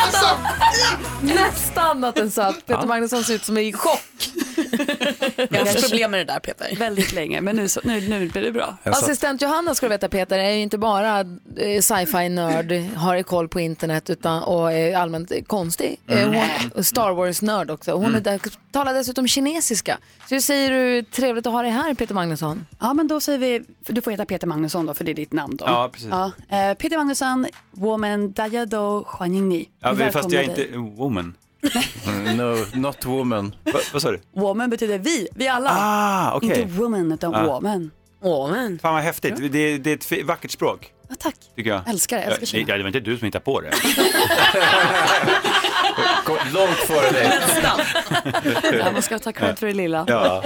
S1: Alltså, Nästan att den satt. Peter Magnusson ser ut som i chock.
S2: Jag har haft problem med det där Peter.
S10: Väldigt länge, men nu, så, nu, nu blir det bra.
S1: Assistent Johanna ska du veta Peter är ju inte bara eh, sci-fi-nörd, har koll på internet utan, och är allmänt eh, konstig. Eh, Hon är Star Wars-nörd också. Hon är där, talar dessutom kinesiska. Så hur säger du trevligt att ha dig här Peter Magnusson?
S10: Ja, men då säger vi, för du får heta Peter Magnusson då, för det är ditt namn då.
S7: Ja, precis.
S10: eh, Peter Magnusson, woman, dajado, huaningni.
S7: Ja, fast jag är inte woman. no, not woman. Va, vad sa du?
S10: Woman betyder vi, vi alla.
S7: Ah, okej.
S10: Inte woman, utan
S7: Ah.
S10: woman. Woman.
S7: Fan vad häftigt. Det, det är ett fi- vackert språk.
S10: Ja, tack.
S7: Tycker jag.
S10: Älskar det, älskar
S7: Ja,
S10: Kina.
S7: det var inte du som hittade på det. Kom (laughs) Långt före dig.
S10: Ja, man ska ta cred för det lilla.
S7: Ja.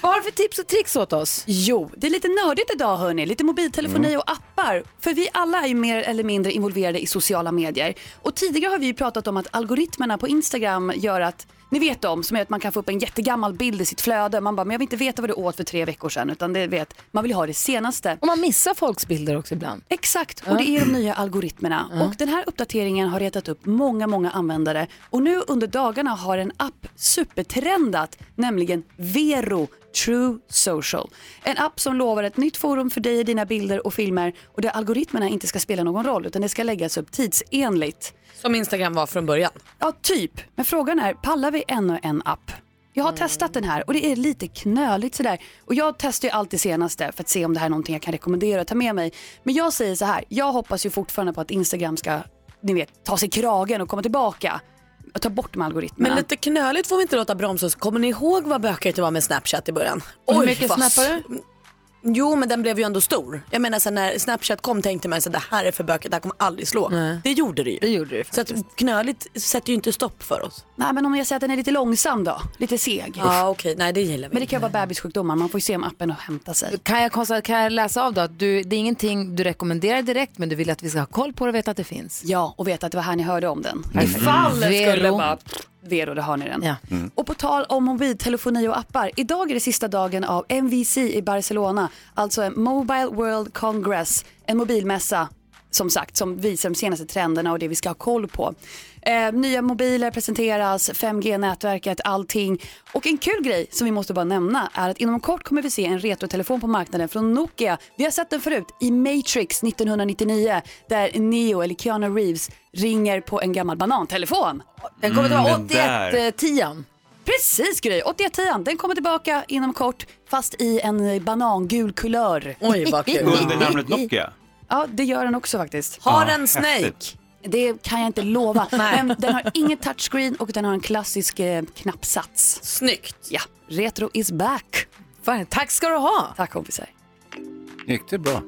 S1: Vad har du för tips och tricks åt oss?
S10: Jo, det är lite nördigt idag hörni. Lite mobiltelefoni och appar. För vi alla är ju mer eller mindre involverade i sociala medier. Och tidigare har vi ju pratat om att algoritmerna på Instagram gör att, ni vet dem, som gör att man kan få upp en jättegammal bild i sitt flöde. Man bara, men jag vill inte veta vad du åt för tre veckor sedan. Utan det vet, man vill ha det senaste.
S1: Och man missar folks bilder också ibland.
S10: Exakt, och det är de nya algoritmerna. Och den här uppdateringen har retat upp många, många användare. Och nu under dagarna har en app supertrendat, nämligen Vero True Social. En app som lovar ett nytt forum för dig, dina bilder och filmer och där algoritmerna inte ska spela någon roll utan det ska läggas upp tidsenligt.
S2: Som Instagram var från början.
S10: Ja, typ. Men frågan är, pallar vi en och en app? Jag har
S2: Mm.
S10: testat den här och det är lite knöligt sådär. Och jag testar ju allt det senaste för att se om det här är någonting jag kan rekommendera och ta med mig. Men jag säger så här, jag hoppas ju fortfarande på att Instagram ska, ni vet, ta sig kragen och komma tillbaka. Och ta bort de här algoritmerna.
S2: Men lite knöligt får vi inte låta bromsa oss. Kommer ni ihåg vad bökigt det var med Snapchat i början?
S10: Hur mycket
S2: snappade du? Jo, men den blev ju ändå stor. Jag menar, sen när Snapchat kom tänkte man att det här är för bökigt, det här kommer aldrig slå. Det gjorde det ju. Det
S1: gjorde det
S2: så att knöligt sätter ju inte stopp för oss.
S10: Nej men om jag säger att den är lite långsam då, lite seg.
S2: Ja, okej. Nej, det gillar vi
S10: Men det kan ju vara bebissjukdomar, man får ju se om appen och hämta sig.
S1: Kan jag, konsta- kan jag läsa av då att du, det är ingenting du rekommenderar direkt men du vill att vi ska ha koll på det och veta att det finns?
S10: Ja, och veta att det var här ni hörde om den.
S1: Mm.
S10: Ifall den skulle
S1: Vero.
S10: bara... Vero, där har ni den. Och på tal om mobiltelefoni och appar. Idag är det sista dagen av MVC i Barcelona, alltså en Mobile World Congress, en mobilmässa som sagt som visar de senaste trenderna och det vi ska ha koll på. Eh, nya mobiler presenteras, 5G-nätverket, allting. Och en kul grej som vi måste bara nämna är att inom kort kommer vi se en retrotelefon på marknaden från Nokia. Vi har sett den förut i Matrix 1999 där Neo eller Keanu Reeves ringer på en gammal banantelefon.
S1: Den kommer att vara Mm, den 81, där. eh,
S10: Precis Gry, 8110 den kommer tillbaka inom kort fast i en eh, banangul kulör.
S2: Oj, vad kul.
S1: (laughs)
S7: Under namnet Nokia.
S10: Ja, det gör den också faktiskt.
S7: Har den Snake? häftigt.
S10: Det kan jag inte
S2: (laughs)
S10: lova. Men den har ingen touchscreen och den har en klassisk eh, knappsats.
S2: Snyggt.
S10: Ja, retro is back.
S1: tack ska du ha.
S10: Tack kompisar.
S3: Gick det bra?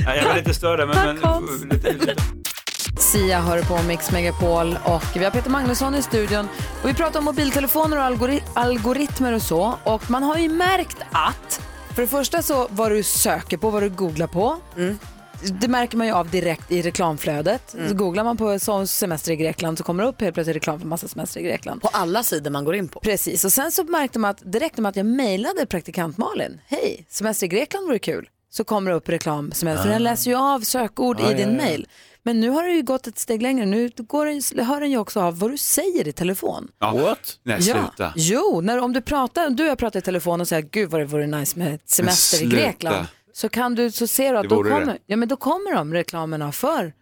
S7: Ja, jag var lite störd där, men... men lite, (laughs) lite.
S1: Sia hör på Mix Megapol och vi har Peter Magnusson i studion. Och vi pratar om mobiltelefoner och algori- algoritmer och så. Och man har ju märkt att, för det första så vad du söker på, vad du googlar på. Det märker man ju av direkt i reklamflödet. Så googlar man på så- semester i Grekland så kommer det upp helt plötsligt reklam för massa semester i Grekland.
S2: På alla sidor man går in på.
S1: Precis, och sen så märkte man att direkt med att jag mejlade praktikant Malin, hej, semester i Grekland vore kul, så kommer det upp reklam, semester.
S2: Ah.
S1: den läser ju av sökord
S2: Ah,
S1: i din
S2: ja, ja.
S1: mejl. Men nu har det ju gått ett steg längre, nu går den, ju- hör den ju också av vad du säger i telefon.
S7: Ja. What? Nej,
S1: Ja.
S7: sluta.
S1: Jo, när, om du pratar, om du och jag pratar i telefon och säger gud vad det vore nice med ett semester i
S7: sluta.
S1: Grekland, så kan du, så ser du
S7: Det
S1: att då
S7: vore det.
S1: kommer, ja, men då kommer de reklamerna för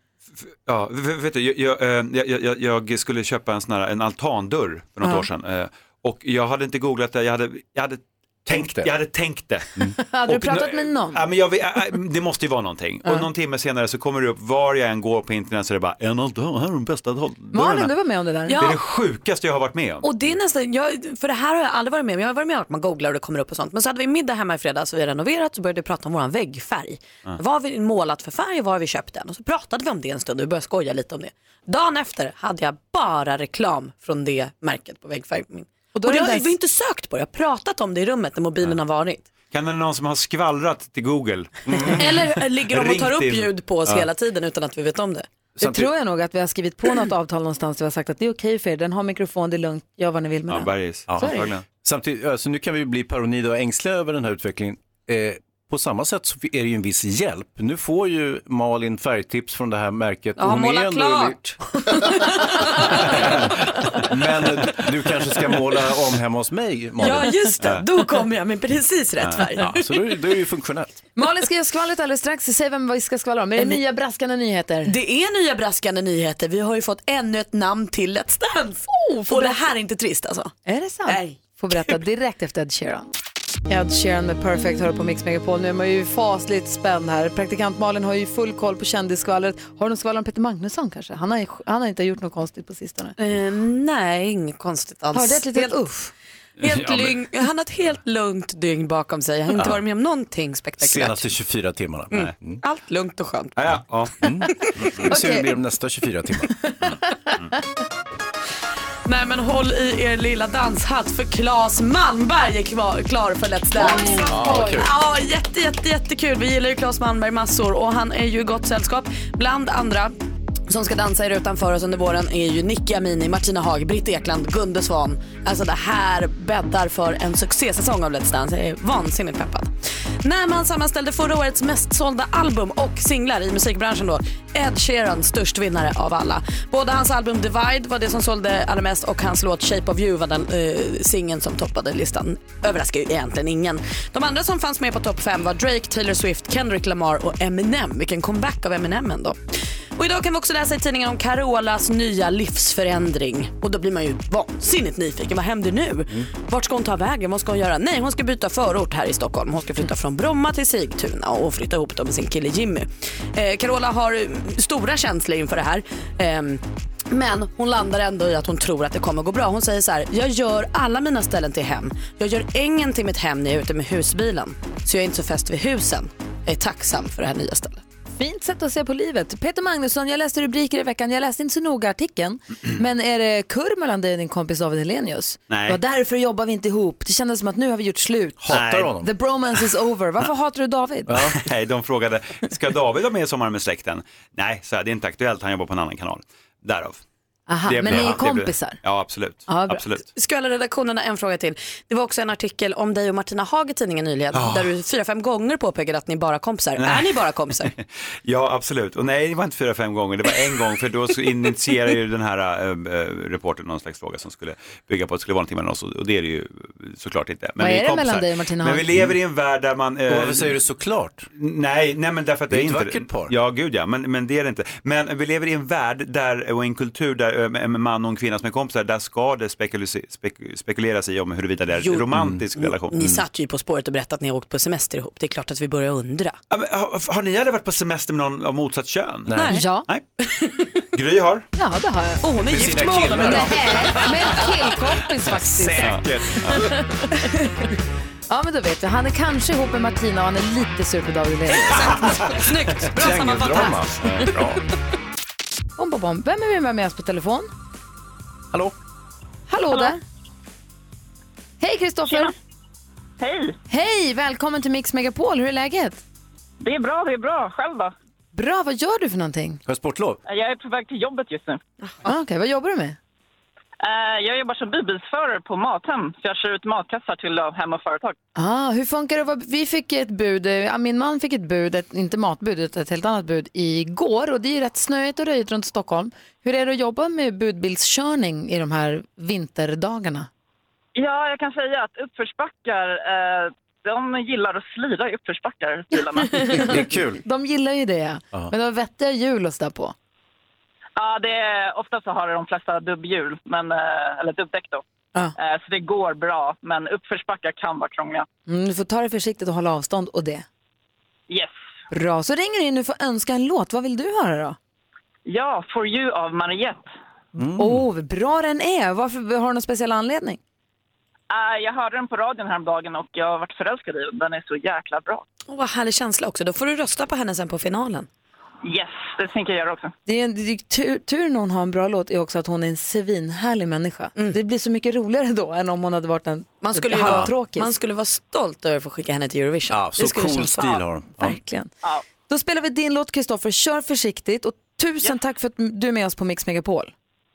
S7: Ja, v- vet du, jag, jag, eh, jag, jag, jag skulle köpa en sån här, en altandörr för något
S1: Ja.
S7: år sedan. eh, Och jag hade inte googlat det, jag hade, jag hade tänkt det. Mm. Jag hade tänkt det.
S1: Hade du
S7: Och
S1: pratat
S7: nu-
S1: med någon?
S7: Ja, men jag, vet- äh, äh, det måste ju vara någonting. Och någon timme senare så kommer det upp, var jag än går på internet så är det bara, en altandörr, här är de bästa
S1: Malin, du
S7: altandörrarna.
S1: var med om det där.
S7: Det är det sjukaste jag har varit med om.
S2: Och det är nästan, jag, för det här har jag aldrig varit med om. Jag har varit med om att man googlar och det kommer upp och sånt. Men så hade vi middag hemma i fredags och vi hade renoverat och började vi prata om våran väggfärg.
S7: Ja.
S2: Vad har vi målat för färg och vad har vi köpt den? Och så pratade vi om det en stund och vi började skoja lite om det. Dagen efter hade jag bara reklam från det märket på väggfärg. Och,
S1: då är
S2: det
S1: det
S2: har
S1: ens-
S2: vi inte sökt på det, jag har pratat om det i rummet när mobilen har varit.
S7: Kan det vara någon som har skvallrat till
S1: (laughs)
S7: Google?
S2: Eller ligger de och tar
S7: Ringt
S2: upp
S7: in.
S2: ljud på oss
S7: Ja.
S2: hela tiden utan att vi vet om det.
S1: Det tror jag nog att vi har skrivit på något avtal någonstans där vi har sagt att det är okej för er, den har mikrofon, det är lugnt, gör vad ni vill med den.
S3: bergis.
S1: Så är det. antagligen.
S3: Samtidigt, alltså, nu kan vi bli paranoida och ängsliga över den här utvecklingen. Eh, På samma sätt så är det ju en viss hjälp. Nu får ju Malin färgtips från det här märket.
S2: Ja,
S3: Hon är
S2: måla
S3: ändå-
S2: klart.
S3: (laughs) Men du kanske ska måla om hemma hos mig, Malin?
S2: Ja, just det.
S3: Ja.
S2: Då kommer jag med precis rätt färg.
S3: Ja, så då är det är ju funktionellt.
S1: Malin ska göra skvallret alldeles strax. Säg vem vi ska skvallra om. Är det nya braskande nyheter?
S2: Det är nya braskande nyheter. Vi har ju fått ännu ett namn till Let's Dance.
S1: får
S2: Och det
S1: berätta.
S2: här är inte trist alltså.
S1: Är det sant? Nej. Får berätta direkt efter Ed Sheeran. Ed Sheeran med Perfect hör på Mix Megapol. Nu är man ju fasligt spänd här. Praktikant Malin har ju full koll på kändisskvallret. Har du någon skvaller om Peter Magnusson kanske? Han har, ju- han har inte gjort något konstigt på sistone.
S2: Eh, nej, inget konstigt alls.
S1: Har du ett litet
S2: Helt-
S1: uff?
S2: Helt
S3: Ja, men-
S2: lugn, han har ett helt lugnt dygn bakom sig. Han har inte
S3: Ja.
S2: varit med om någonting spektakulärt.
S3: Senaste 24 timmarna.
S2: Mm.
S3: Nej. Mm.
S2: Allt lugnt och skönt.
S3: Ja, ja.
S7: (laughs)
S3: Mm. Vi ser hur det blir de nästa 24 timmar.
S2: Nej men håll i er lilla danshatt för Claes Malmberg är kvar, klar för Let's Dance.
S24: Ja, vad kul.
S2: Ja, jätte, jätte, jättekul. Vi gillar ju Claes Malmberg massor och han är ju i gott sällskap. Bland andra som ska dansa i rutan för oss under våren är ju Nicky Amini, Martina Haag, Britt Ekland, Gunde Svan. Alltså det här bäddar för en succésäsong av Let's Dance. Jag är vansinnigt peppad. När man sammanställde förra årets mest sålda album och singlar i musikbranschen då, Ed Sheeran störst vinnare av alla. Både hans album Divide var det som sålde allra mest och hans låt Shape of You var den eh, singeln som toppade listan. Överraskar ju egentligen ingen. De andra som fanns med på topp 5 var Drake, Taylor Swift, Kendrick Lamar och Eminem. Vilken comeback av Eminem ändå. Och idag kan vi också läsa i tidningen om Carolas nya livsförändring. Och då blir man ju vansinnigt nyfiken. Vad händer nu? Vart ska hon ta vägen? Vad ska hon göra? Nej, hon ska byta förort här i Stockholm. Hon ska flytta från Bromma till Sigtuna och flytta ihop dem med sin kille Jimmy. Eh, Carola har eh, stora känslor inför det här. Ehm, men hon landar ändå i att hon tror att det kommer gå bra. Hon säger så här, jag gör alla mina ställen till hem. Jag gör ängen till mitt hem när jag är ute med husbilen. Så jag är inte så fäst vid husen. Jag är tacksam för det här nya stället.
S1: Fint sätt att se på livet. Peter Magnusson, jag läste rubriker i veckan. Jag läste inte så noga artikeln. (clears throat) Men är det kurr mellan dig och din kompis David Hellenius?
S7: Nej.
S1: Det var därför jobbar vi inte ihop. Det kändes som att nu har vi gjort slut.
S7: Hatar Nej. honom.
S1: The bromance is over. Varför hatar du David?
S7: (laughs) Nej, de frågade, ska David vara med i Sommar med släkten? Nej, så det är inte aktuellt, han jobbar på en annan kanal. Därav.
S1: Aha,
S7: Det
S1: men
S7: blev-
S1: ni är
S7: det blev-
S1: kompisar?
S7: Ja, absolut.
S1: Ja, bra.
S7: absolut.
S2: Skvallerredaktionen har en fråga till. Det var också en artikel om dig och Martina Haag i tidningen nyligen
S7: Ah.
S2: där du fyra, fem gånger påpekade att ni bara är kompisar.
S7: Nej.
S2: Är ni bara kompisar?
S7: Ja, absolut. Och nej, det var inte fyra, fem gånger, det var en gång, för då så initierade ju den här äh, reportern någon slags fråga som skulle bygga på att det skulle vara någonting mellan oss, och och det är det ju såklart inte.
S1: Vad
S7: vi
S1: är det
S7: kompisar.
S1: mellan dig och Martina
S7: Men vi
S1: Haag?
S7: lever i en värld där man... eh,
S3: Och varför säger du såklart?
S7: Nej, nej men därför att
S3: Det
S7: det
S3: är
S7: är
S3: ett
S7: inte...
S3: vackert par.
S7: Ja, gud ja, men, men det är det inte. Men vi lever i en värld där, och en kultur där eh, en man och en kvinna som är kompisar, där ska det spekulus- spek- spekuleras i om huruvida det är en romantisk
S3: mm.
S7: relation.
S2: Ni
S1: Mm.
S2: satt ju På spåret och berättade att ni har åkt på semester ihop. Det är klart att vi börjar undra.
S7: Ja, men Har, har ni aldrig varit på semester med någon av motsatt kön?
S1: Nej. Ja.
S7: Nej. (laughs) Gry har.
S1: Ja, det har jag.
S2: Och hon är
S7: Med
S2: gift
S7: sina
S2: med honom
S7: killar.
S2: idag.
S1: (laughs) Med en killkompis faktiskt. Ja, men då vet vi. Han är kanske ihop med Martina och han är lite sur på David Hellenius.
S2: Snyggt! Bra (laughs)
S3: Triangeldrama.
S2: sammanfattat.
S3: Eh, Bra.
S1: Bom, bom, bom. Vem är vi med med oss på telefon?
S3: Hallå?
S1: Hallå, där. Hej Kristoffer! Hej! Hej! Välkommen till Mix Megapol. Hur är läget?
S14: Det är bra, det är bra. Själv då? Eh,
S1: Bra, vad gör du för någonting?
S3: Har jag sportlov?
S14: Jag är på väg till jobbet just nu.
S1: Ah, Okej, vad jobbar du med?
S14: Eh, Jag jobbar som budbilsförare på Mathem, så jag kör ut matkassar till eh, hem och företag.
S1: Ah, hur funkar det? Vad- Vi fick ett bud, eh, ja, min man fick ett bud, ett, inte matbud, utan ett helt annat bud igår och det är ju rätt snöigt och röjigt runt Stockholm. Hur är det att jobba med budbilskörning i de här vinterdagarna?
S14: Ja, jag kan säga att uppförsbackar, eh, de gillar att slira i uppförsbackar, bilarna.
S18: (laughs)
S3: Det är kul.
S1: De gillar ju det,
S3: Ja.
S1: men de har vettiga hjul och sådär på.
S14: ja, det är, ofta så har de flesta dubbhjul, men, eh, eller dubbdäck då. Eh, Så det går bra, men uppförsbackar kan vara krångliga.
S1: Mm, du får ta det försiktigt och hålla avstånd och det.
S14: Yes.
S1: Bra, så ringer du in och får önska en låt. Vad vill du höra då?
S14: Ja, For You av Mariette.
S1: Åh, oh, vad bra den är. Varför, har du någon speciell anledning?
S14: Eh, Jag hörde den på radion häromdagen och jag har varit förälskad i den. Den är så jäkla bra.
S2: Och vad härlig känsla också. Då får du rösta på henne sen på finalen.
S14: Yes, det tänker jag göra också.
S1: Det är en, det är tur, tur när hon har en bra låt är också att hon är en svinhärlig människa. Det blir så mycket roligare då än om hon hade varit en
S2: Man skulle, ju vara,
S1: halvtråkig.
S2: man skulle vara stolt över att få skicka henne till Eurovision.
S1: Ja, så
S2: Det skulle
S1: cool
S2: kännas-
S1: stil har hon. Ja. Verkligen. Då spelar vi din låt Kristoffer, kör försiktigt och tusen tack för att du är med oss på Mix Megapol.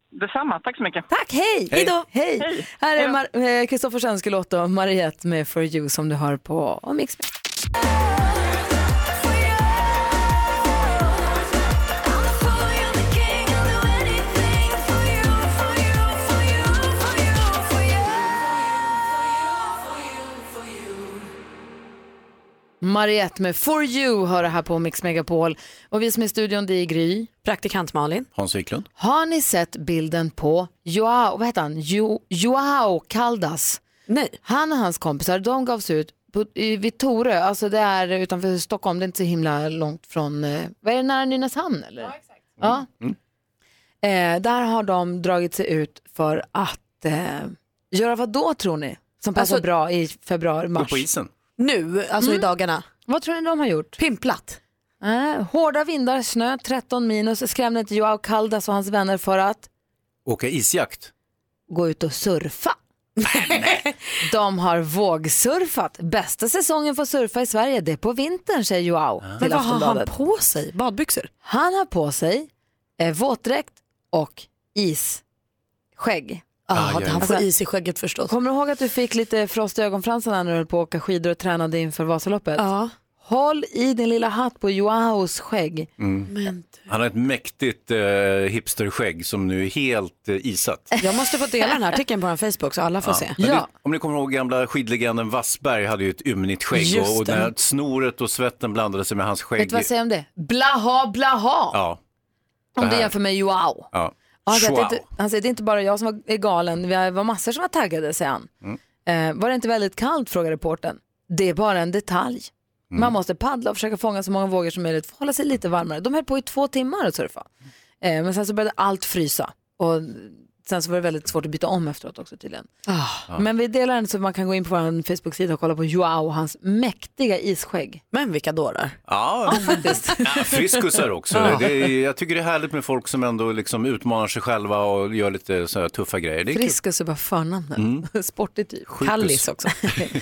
S14: Detsamma, tack så mycket.
S1: Tack, hej!
S14: Hej då!
S1: Hej!
S14: Hej.
S1: Här
S14: Hej
S1: är
S14: då.
S1: Mar- eh, Kristoffers önskelåt då, Mariette med For You som du hör på Mix Megapol. Mariette med For You hör det här på Mix Megapol. Och vi som är i studion, det är Gry.
S2: Praktikant Malin.
S3: Hans Wiklund.
S1: Har ni sett bilden på Joao, vad heter han? Jo, Joao Caldas?
S2: Nej.
S1: Han och hans kompisar, de gavs ut på, i, vid Torö, alltså det är utanför Stockholm, det är inte så himla långt från, eh, vad är det, nära Nynäshamn eller? Ja, exakt. Ja. Eh, där har de dragit sig ut för att eh, göra vad då tror ni? Som passar
S2: Alltså-
S1: bra i februari, mars.
S2: Nu, alltså i
S1: Mm.
S2: dagarna.
S1: Vad tror ni de har gjort?
S2: Pimplat.
S1: Eh, hårda vindar, snö, 13 minus, skrämde inte Joao Caldas och hans vänner för att
S3: Åka isjakt.
S1: gå ut och surfa. de har vågsurfat. Bästa säsongen för att surfa i Sverige, det är på vintern, säger Joao
S2: Men
S1: till
S2: vad har han
S1: Aftonbladet.
S2: på sig? Badbyxor?
S1: Han har på sig eh, våtdräkt och isskägg.
S2: Ah, han får is i skägget förstås.
S1: Kommer du ihåg att du fick lite frost i ögonfransarna när du höll på att åka skidor och tränade inför Vasaloppet?
S2: Ja.
S1: Håll i din lilla hatt på Joaos skägg.
S3: Mm.
S2: Men
S3: Han har ett mäktigt eh, hipsterskägg som nu är helt eh, isat.
S2: Jag måste få dela den här artikeln på vår Facebook så alla får se.
S3: Men Du, om ni kommer ihåg gamla skidlegenden Wassberg hade ju ett ymnigt skägg
S1: Just
S3: och, och
S1: det.
S3: när snoret och svetten blandade sig med hans skägg.
S1: Vet du vad jag säger om det? Blaha, blaha!
S3: Ja.
S1: Om
S3: Det
S1: du
S3: här.
S1: jämför med Joao.
S3: Ja.
S1: Ja, Han säger, att det
S3: Schwau.
S1: inte, han säger det är inte bara jag som var är galen, vi var massor som var taggade, säger han.
S3: Mm.
S1: Eh, var det inte väldigt kallt, frågar reportern. Det är bara en detalj.
S3: Mm.
S1: Man måste paddla och försöka fånga så många vågor som möjligt för att hålla sig lite varmare. De höll på i två timmar att surfa. Eh, men sen så började allt frysa och sen så var det väldigt svårt att byta om efteråt också tydligen.
S2: Ja.
S1: Men vi delar den så man kan gå in på vår Facebook-sida och kolla på Joao och hans mäktiga isskägg.
S2: Men vilka dårar.
S3: Ja,
S1: faktiskt.
S3: (laughs) ja, friskusar också.
S1: Ja.
S3: Det är, jag tycker det är härligt med folk som ändå liksom utmanar sig själva och gör lite så här tuffa grejer. Det är kul. Mm.
S1: Friskus är bara förnamnet. (laughs) Sportig typ.
S3: Sjukus. Kallis (laughs) också.
S1: (laughs)